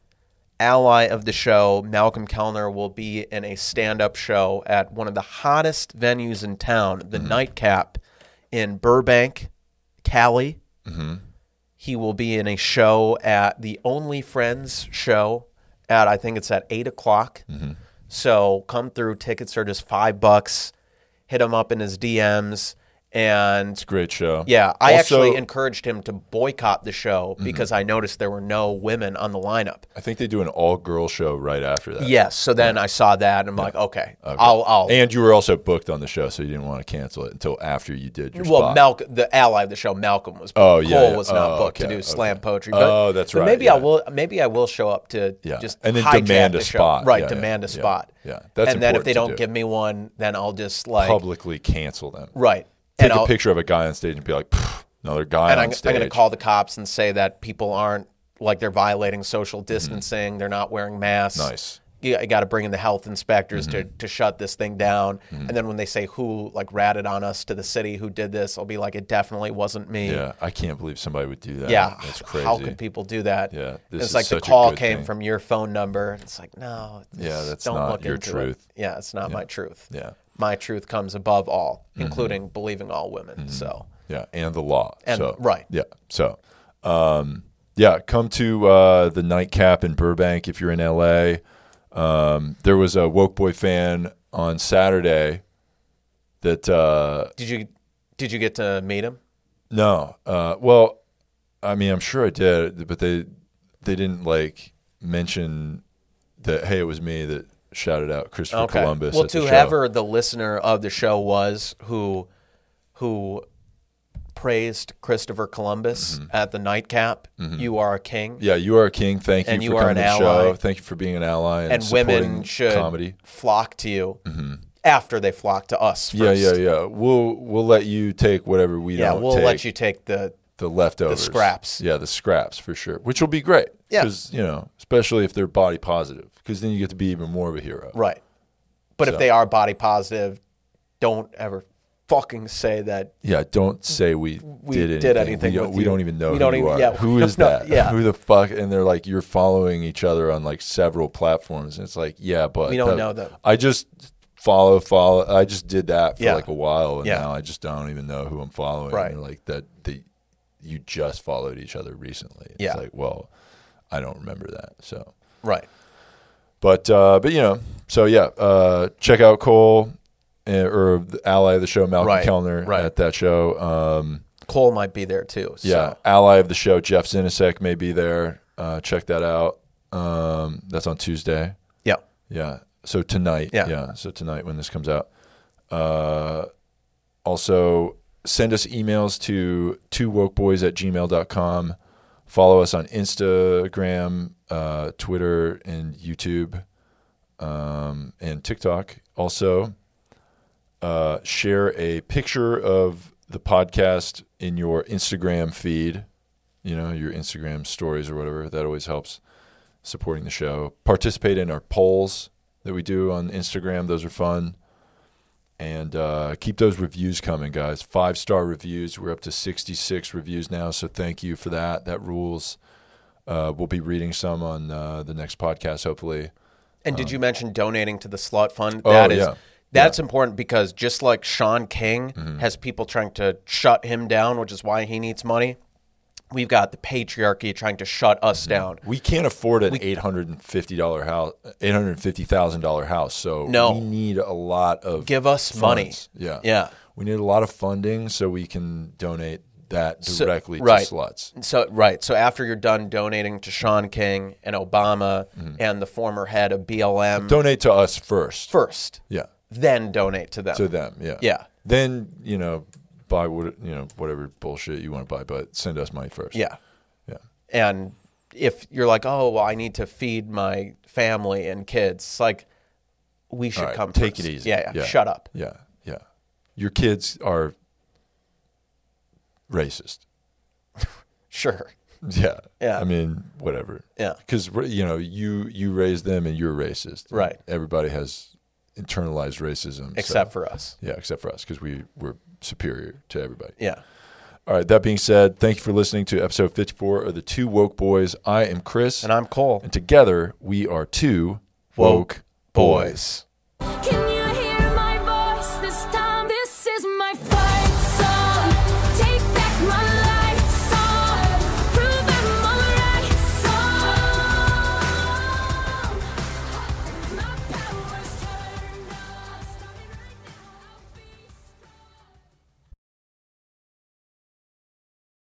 Speaker 2: ally of the show, Malcolm Kellner, will be in a stand up show at one of the hottest venues in town, the
Speaker 1: Mm-hmm.
Speaker 2: Nightcap in Burbank, Cali. He will be in a show at the Only Friends show at I think it's at eight o'clock. So come through. Tickets are just five bucks. Hit him up in his DMs and
Speaker 1: Great show.
Speaker 2: yeah, I
Speaker 1: Also-
Speaker 2: actually encouraged him to boycott the show because I noticed there were no women on the lineup.
Speaker 1: I think they do an all girl show right after that.
Speaker 2: Yes, so then I saw that and I'm like, okay, I'll, I'll.
Speaker 1: And you were also booked on the show, so you didn't want to cancel it until after you did your
Speaker 2: well,
Speaker 1: spot.
Speaker 2: Malcolm, the ally of the show, Malcolm was.
Speaker 1: Oh, yeah,
Speaker 2: Cole
Speaker 1: yeah.
Speaker 2: was not
Speaker 1: Oh,
Speaker 2: booked
Speaker 1: okay,
Speaker 2: to do
Speaker 1: okay.
Speaker 2: slam poetry. But,
Speaker 1: Oh, that's
Speaker 2: but
Speaker 1: right,
Speaker 2: Maybe I
Speaker 1: yeah.
Speaker 2: will. Maybe I will show up to
Speaker 1: Yeah.
Speaker 2: just
Speaker 1: And then
Speaker 2: hijack
Speaker 1: demand a
Speaker 2: the show.
Speaker 1: spot.
Speaker 2: Right,
Speaker 1: Yeah, yeah,
Speaker 2: demand a
Speaker 1: yeah,
Speaker 2: spot.
Speaker 1: yeah. That's
Speaker 2: and then if
Speaker 1: important to
Speaker 2: they don't
Speaker 1: do.
Speaker 2: give me one, then I'll just like
Speaker 1: publicly cancel them.
Speaker 2: right.
Speaker 1: Take
Speaker 2: and
Speaker 1: a
Speaker 2: I'll,
Speaker 1: picture of a guy on stage and be like, "Pfft, another guy
Speaker 2: and
Speaker 1: on
Speaker 2: I'm,
Speaker 1: stage.
Speaker 2: going to call the cops and say that people aren't like they're violating social distancing, they're not wearing masks.
Speaker 1: Mm-hmm. Nice. Mm-hmm.
Speaker 2: You, got to bring in the health inspectors to, to shut this thing down. And then when they say who like ratted on us to the city who did this, I'll be like, it definitely wasn't me.
Speaker 1: Yeah, I can't believe somebody would do that.
Speaker 2: Yeah,
Speaker 1: that's crazy.
Speaker 2: How could people do that?
Speaker 1: Yeah,
Speaker 2: And
Speaker 1: this
Speaker 2: it's
Speaker 1: is
Speaker 2: like the
Speaker 1: such a
Speaker 2: call
Speaker 1: good
Speaker 2: came
Speaker 1: thing.
Speaker 2: from your phone number. It's like, no,
Speaker 1: Yeah,
Speaker 2: just
Speaker 1: that's
Speaker 2: don't
Speaker 1: not
Speaker 2: look
Speaker 1: your
Speaker 2: into it.
Speaker 1: truth.
Speaker 2: Yeah, it's not my truth.
Speaker 1: Yeah. Mm-hmm.
Speaker 2: my truth comes above all, including believing all women. So
Speaker 1: yeah, and the law.
Speaker 2: And-
Speaker 1: so
Speaker 2: right.
Speaker 1: Yeah. So, um, yeah, come to uh, the nightcap in Burbank if you're in LA. Um, there was a woke boy fan on Saturday that uh,
Speaker 2: did you did you get to meet him?
Speaker 1: No. Uh, well, I mean, I'm sure I did, but they they didn't like mention that. Hey, it was me that shouted out Christopher Columbus.
Speaker 2: Well,
Speaker 1: at
Speaker 2: to
Speaker 1: the show.
Speaker 2: whoever the listener of the show was who who praised Christopher Columbus at the nightcap. You are a king.
Speaker 1: Mm-hmm. Yeah, you are a king. Thank you
Speaker 2: And
Speaker 1: for
Speaker 2: you are
Speaker 1: coming to
Speaker 2: an
Speaker 1: the show.
Speaker 2: ally.
Speaker 1: Thank you for being an ally and,
Speaker 2: and women
Speaker 1: supporting
Speaker 2: should
Speaker 1: comedy. Mm-hmm.
Speaker 2: flock to you after they flock to us. First.
Speaker 1: Yeah, yeah, yeah. We'll we'll let you take whatever we
Speaker 2: Yeah,
Speaker 1: don't
Speaker 2: we'll
Speaker 1: take.
Speaker 2: let you take the.
Speaker 1: the leftovers,
Speaker 2: scraps.
Speaker 1: Yeah, the scraps for sure, which will be great.
Speaker 2: Yeah.
Speaker 1: because you know, especially if they're body positive, because then you get to be even more of a hero.
Speaker 2: Right. But if they are body positive, don't ever fucking say that
Speaker 1: Yeah, don't say we,
Speaker 2: We
Speaker 1: did anything.
Speaker 2: did anything
Speaker 1: we, don't-
Speaker 2: with
Speaker 1: we
Speaker 2: you.
Speaker 1: don't even know
Speaker 2: We
Speaker 1: who
Speaker 2: don't
Speaker 1: you
Speaker 2: even-
Speaker 1: are.
Speaker 2: yeah, we
Speaker 1: who
Speaker 2: don't
Speaker 1: is
Speaker 2: know-
Speaker 1: that?
Speaker 2: yeah.
Speaker 1: Who the fuck? And they're like, you're following each other on like several platforms, and it's like, yeah, but
Speaker 2: We don't
Speaker 1: the-
Speaker 2: know them.
Speaker 1: I just follow, follow. I just did that for
Speaker 2: Yeah.
Speaker 1: like a while, and
Speaker 2: Yeah.
Speaker 1: now I just don't even know who I'm following.
Speaker 2: Right.
Speaker 1: And they're like that. The you just followed each other recently. It's
Speaker 2: Yeah.
Speaker 1: like, well, I don't remember that. So
Speaker 2: right.
Speaker 1: But uh, but you know, so yeah, uh, check out Cole uh, or the ally of the show, Malcolm
Speaker 2: Right,
Speaker 1: Kellner
Speaker 2: right.
Speaker 1: at that show. Um,
Speaker 2: Cole might be there too. So.
Speaker 1: yeah, ally of the show, Jeff Zinasek may be there. Uh, check that out. Um, that's on Tuesday.
Speaker 2: Yeah.
Speaker 1: Yeah. So tonight.
Speaker 2: Yeah.
Speaker 1: So tonight when this comes out. Uh, also, send us emails to two wokeboys at gmail.com. Follow us on Instagram, uh, Twitter, and YouTube, um, and TikTok. Also, uh, share a picture of the podcast in your Instagram feed, you know, your Instagram stories or whatever. That always helps supporting the show. Participate in our polls that we do on Instagram. Those are fun. And uh, keep those reviews coming, guys. Five star reviews. We're up to 66 reviews now. So thank you for that. That rules. Uh, we'll be reading some on uh, the next podcast, hopefully.
Speaker 2: And did you mention donating to the slot fund?
Speaker 1: Um, Oh,
Speaker 2: That is
Speaker 1: yeah. Mm-hmm.
Speaker 2: that's important because just like Sean King has people trying to shut him down, which is why he needs money. We've got the patriarchy trying to shut us
Speaker 1: Mm-hmm.
Speaker 2: down.
Speaker 1: We can't afford an eight hundred and fifty dollar house, eight hundred fifty thousand dollar house. So
Speaker 2: No.
Speaker 1: we need a lot of
Speaker 2: Give us money.
Speaker 1: funds. Yeah,
Speaker 2: Yeah.
Speaker 1: We need a lot of funding so we can donate that directly
Speaker 2: right.
Speaker 1: to sluts.
Speaker 2: So right. So after you're done donating to Sean King and Obama
Speaker 1: Mm-hmm.
Speaker 2: and the former head of BLM
Speaker 1: Donate to us first.
Speaker 2: first,
Speaker 1: Yeah,
Speaker 2: then donate to them.
Speaker 1: to them. Yeah,
Speaker 2: Yeah.
Speaker 1: Then you know, buy what you know, whatever bullshit you want to buy, but send us money first.
Speaker 2: Yeah.
Speaker 1: yeah.
Speaker 2: And if you're like, oh, well, I need to feed my family and kids, it's like, we should
Speaker 1: All right,
Speaker 2: come
Speaker 1: take
Speaker 2: first.
Speaker 1: it easy.
Speaker 2: Yeah, yeah,
Speaker 1: Yeah.
Speaker 2: Shut up.
Speaker 1: Yeah, yeah. Your kids are racist.
Speaker 2: Sure.
Speaker 1: Yeah.
Speaker 2: Yeah.
Speaker 1: I mean, whatever.
Speaker 2: Yeah.
Speaker 1: Because you know, you you raise them and you're racist.
Speaker 2: Right.
Speaker 1: Everybody has internalized racism, so-
Speaker 2: Except for us.
Speaker 1: yeah, except for us because we we're superior to everybody.
Speaker 2: Yeah.
Speaker 1: All right. That being said, thank you for listening to episode 54 of the Two Woke Boys. I am Chris,
Speaker 2: And I'm Cole.
Speaker 1: and together we are two woke, boys.
Speaker 3: Can